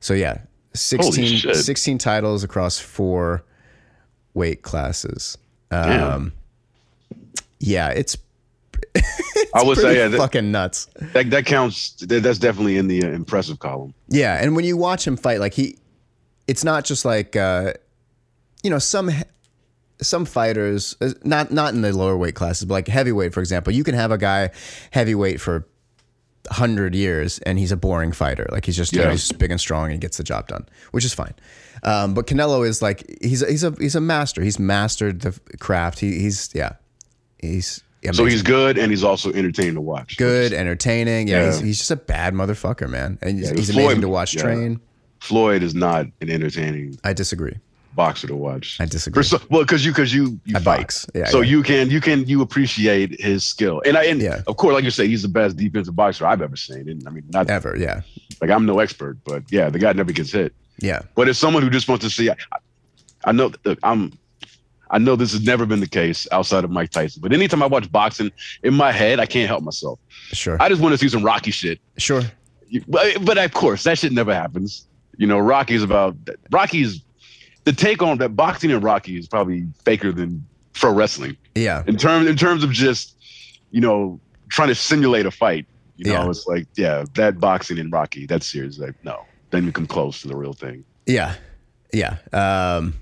S2: So yeah, 16,
S1: shit.
S2: 16 titles across four weight classes.
S1: Damn.
S2: Yeah, it's
S1: I would
S2: pretty
S1: say yeah, that,
S2: fucking nuts.
S1: that, that counts. That, that's definitely in the uh, impressive column.
S2: Yeah, and when you watch him fight, like he, it's not just like, uh, you know, some he- some fighters, uh, not not in the lower weight classes, but like heavyweight, for example, you can have a guy heavyweight for hundred years and he's a boring fighter. Like he's just you know,
S1: Yeah.
S2: he's just big and strong and he gets the job done, which is fine. Um, but Canelo is like he's a, he's a he's a master. He's mastered the craft. He, he's yeah, he's
S1: So he's good, and he's also entertaining to watch.
S2: good, entertaining. Yeah,
S1: Yeah.
S2: He's, he's just a bad motherfucker, man. And he's,
S1: Yeah,
S2: he's
S1: Floyd-
S2: amazing to watch
S1: yeah.
S2: train.
S1: Floyd is not an entertaining
S2: I disagree.
S1: boxer to watch.
S2: I disagree.
S1: For so- well, because you because you you
S2: I
S1: fight.
S2: bikes. Yeah,
S1: so
S2: yeah.
S1: you can you can you appreciate his skill, and I and
S2: Yeah.
S1: of course, like you say, he's the best defensive boxer I've ever seen. And I mean, not
S2: Ever, yeah,
S1: like I'm no expert, but yeah, the guy never gets hit.
S2: yeah,
S1: But if someone who just wants to see, I, I know look, I'm. I know this has never been the case outside of Mike Tyson, but anytime I watch boxing, in my head, I can't help myself.
S2: sure,
S1: I just want to see some Rocky shit.
S2: sure.
S1: But, but of course, that shit never happens. You know, Rocky's about Rocky's the take on that boxing and Rocky is probably faker than pro wrestling
S2: Yeah,
S1: in terms in terms of just you know trying to simulate a fight. You know,
S2: Yeah.
S1: it's like yeah, that boxing and Rocky that series like no, doesn't come close to the real thing.
S2: yeah, yeah. Um,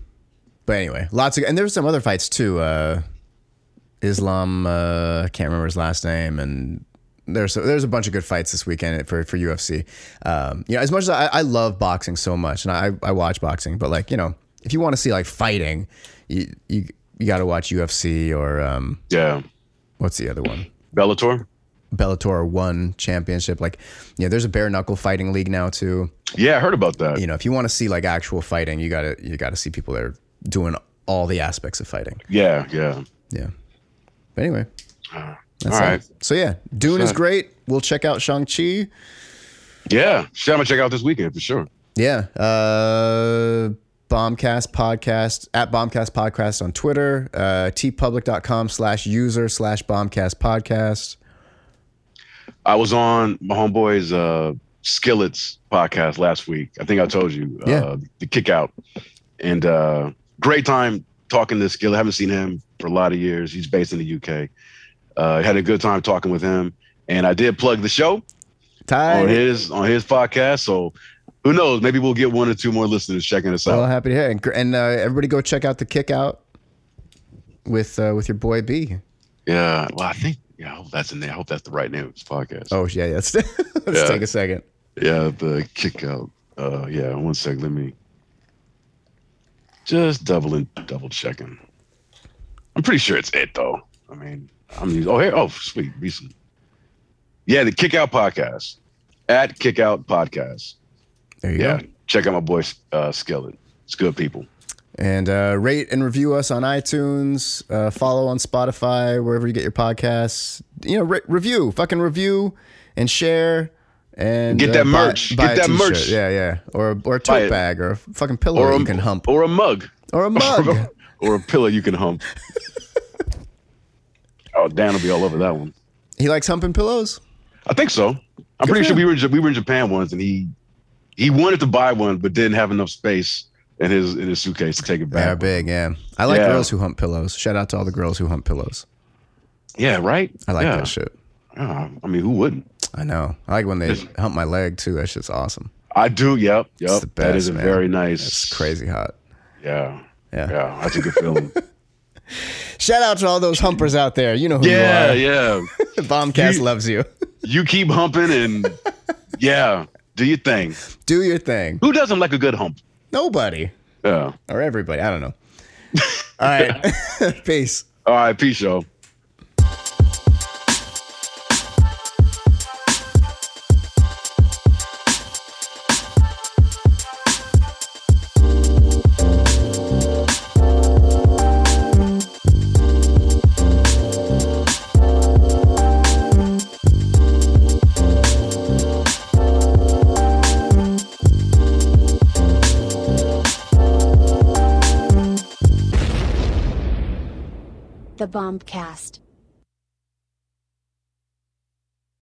S2: but anyway, lots of and there were some other fights too. Uh, Islam, uh, I can't remember his last name, and there's there's a bunch of good fights this weekend for for UFC. Um, you know, as much as I, I love boxing so much, and I I watch boxing, but like you know, if you want to see like fighting, you you you got to watch UFC or um,
S1: Yeah,
S2: what's the other one?
S1: Bellator.
S2: Bellator One Championship. Like, you know, there's a bare knuckle fighting league now too.
S1: Yeah, I heard about that.
S2: You know, if you want to see like actual fighting, you gotta you gotta see people that are doing all the aspects of fighting.
S1: Yeah, yeah.
S2: Yeah. But anyway,
S1: All
S2: all.
S1: right.
S2: So yeah, Dune is
S1: Sure.
S2: great. We'll check out Shang Chi.
S1: Yeah, shit, I'm gonna check out this weekend for sure.
S2: Yeah. Uh, Bombcast podcast at Bombcast podcast on Twitter. Uh, tpublic.com slash user slash Bombcast podcast.
S1: I was on my homeboy's uh, Skillets podcast last week. I think I told you, uh,
S2: Yeah.
S1: the kick out. And uh, great time talking to Skillet. haven't seen him for a lot of years. He's based in the UK. Uh, had a good time talking with him. And I did plug the show on
S2: Ty.
S1: his on his podcast. So who knows? Maybe we'll get one or two more listeners checking us
S2: Well,
S1: out.
S2: happy to hear. it. And, gr- and uh, everybody go check out the kick out with uh, with your boy B.
S1: Yeah. Well, I think yeah, I hope that's in there. I hope that's the right name of his podcast.
S2: Oh yeah, yeah. Let's, let's
S1: Yeah.
S2: take a second.
S1: Yeah, the kick out. Uh, yeah, one sec. Let me just double and double checking. I'm pretty sure it's it though. I mean, I'm using. Oh, here. Oh, sweet. Recent. Yeah, the kick out podcast at kick out podcast.
S2: There you
S1: Yeah,
S2: go.
S1: check out my boy uh, Skillet. It's good people.
S2: And uh, rate and review us on iTunes. Uh, follow on Spotify, wherever you get your podcasts. You know, re- review, fucking review, and share, And
S1: Get
S2: uh,
S1: that
S2: buy-
S1: merch. Get
S2: buy a
S1: that
S2: t-shirt.
S1: merch.
S2: Yeah, yeah. Or a, or
S1: Buy
S2: a tote
S1: it.
S2: bag or a fucking pillow
S1: or a,
S2: you can hump
S1: or a mug,
S2: or a mug.
S1: or a pillow you can hump. oh, Dan will be all over that one.
S2: he likes humping pillows.
S1: I think so. I'm
S2: Good
S1: pretty
S2: for
S1: sure
S2: him.
S1: we were in, Ja- we were in Japan once, and he he wanted to buy one, but didn't have enough space in his in his suitcase to take it
S2: They are
S1: back.
S2: big, yeah. I like
S1: Yeah.
S2: girls who hump pillows. Shout out to all the girls who hump pillows.
S1: Yeah, right.
S2: I like
S1: yeah.
S2: that shit.
S1: Yeah, I mean, who wouldn't?
S2: I know. I like when they
S1: It's-
S2: hump my leg too. That shit's awesome.
S1: I do. Yep, yep.
S2: the
S1: that is
S2: best,
S1: a
S2: man.
S1: very nice.
S2: It's crazy hot.
S1: Yeah,
S2: Yeah.
S1: yeah. That's a good feeling.
S2: Shout out to all those humpers out there. You know who
S1: yeah,
S2: you
S1: yeah.
S2: are. Bombcast
S1: You-
S2: loves you.
S1: You keep humping, and yeah, do your thing.
S2: Do your thing.
S1: Who doesn't like a good hump?
S2: Nobody
S1: Yeah.
S2: or everybody. I don't know. All right. Peace.
S1: All right, peace, y'all.
S4: The Bombcast.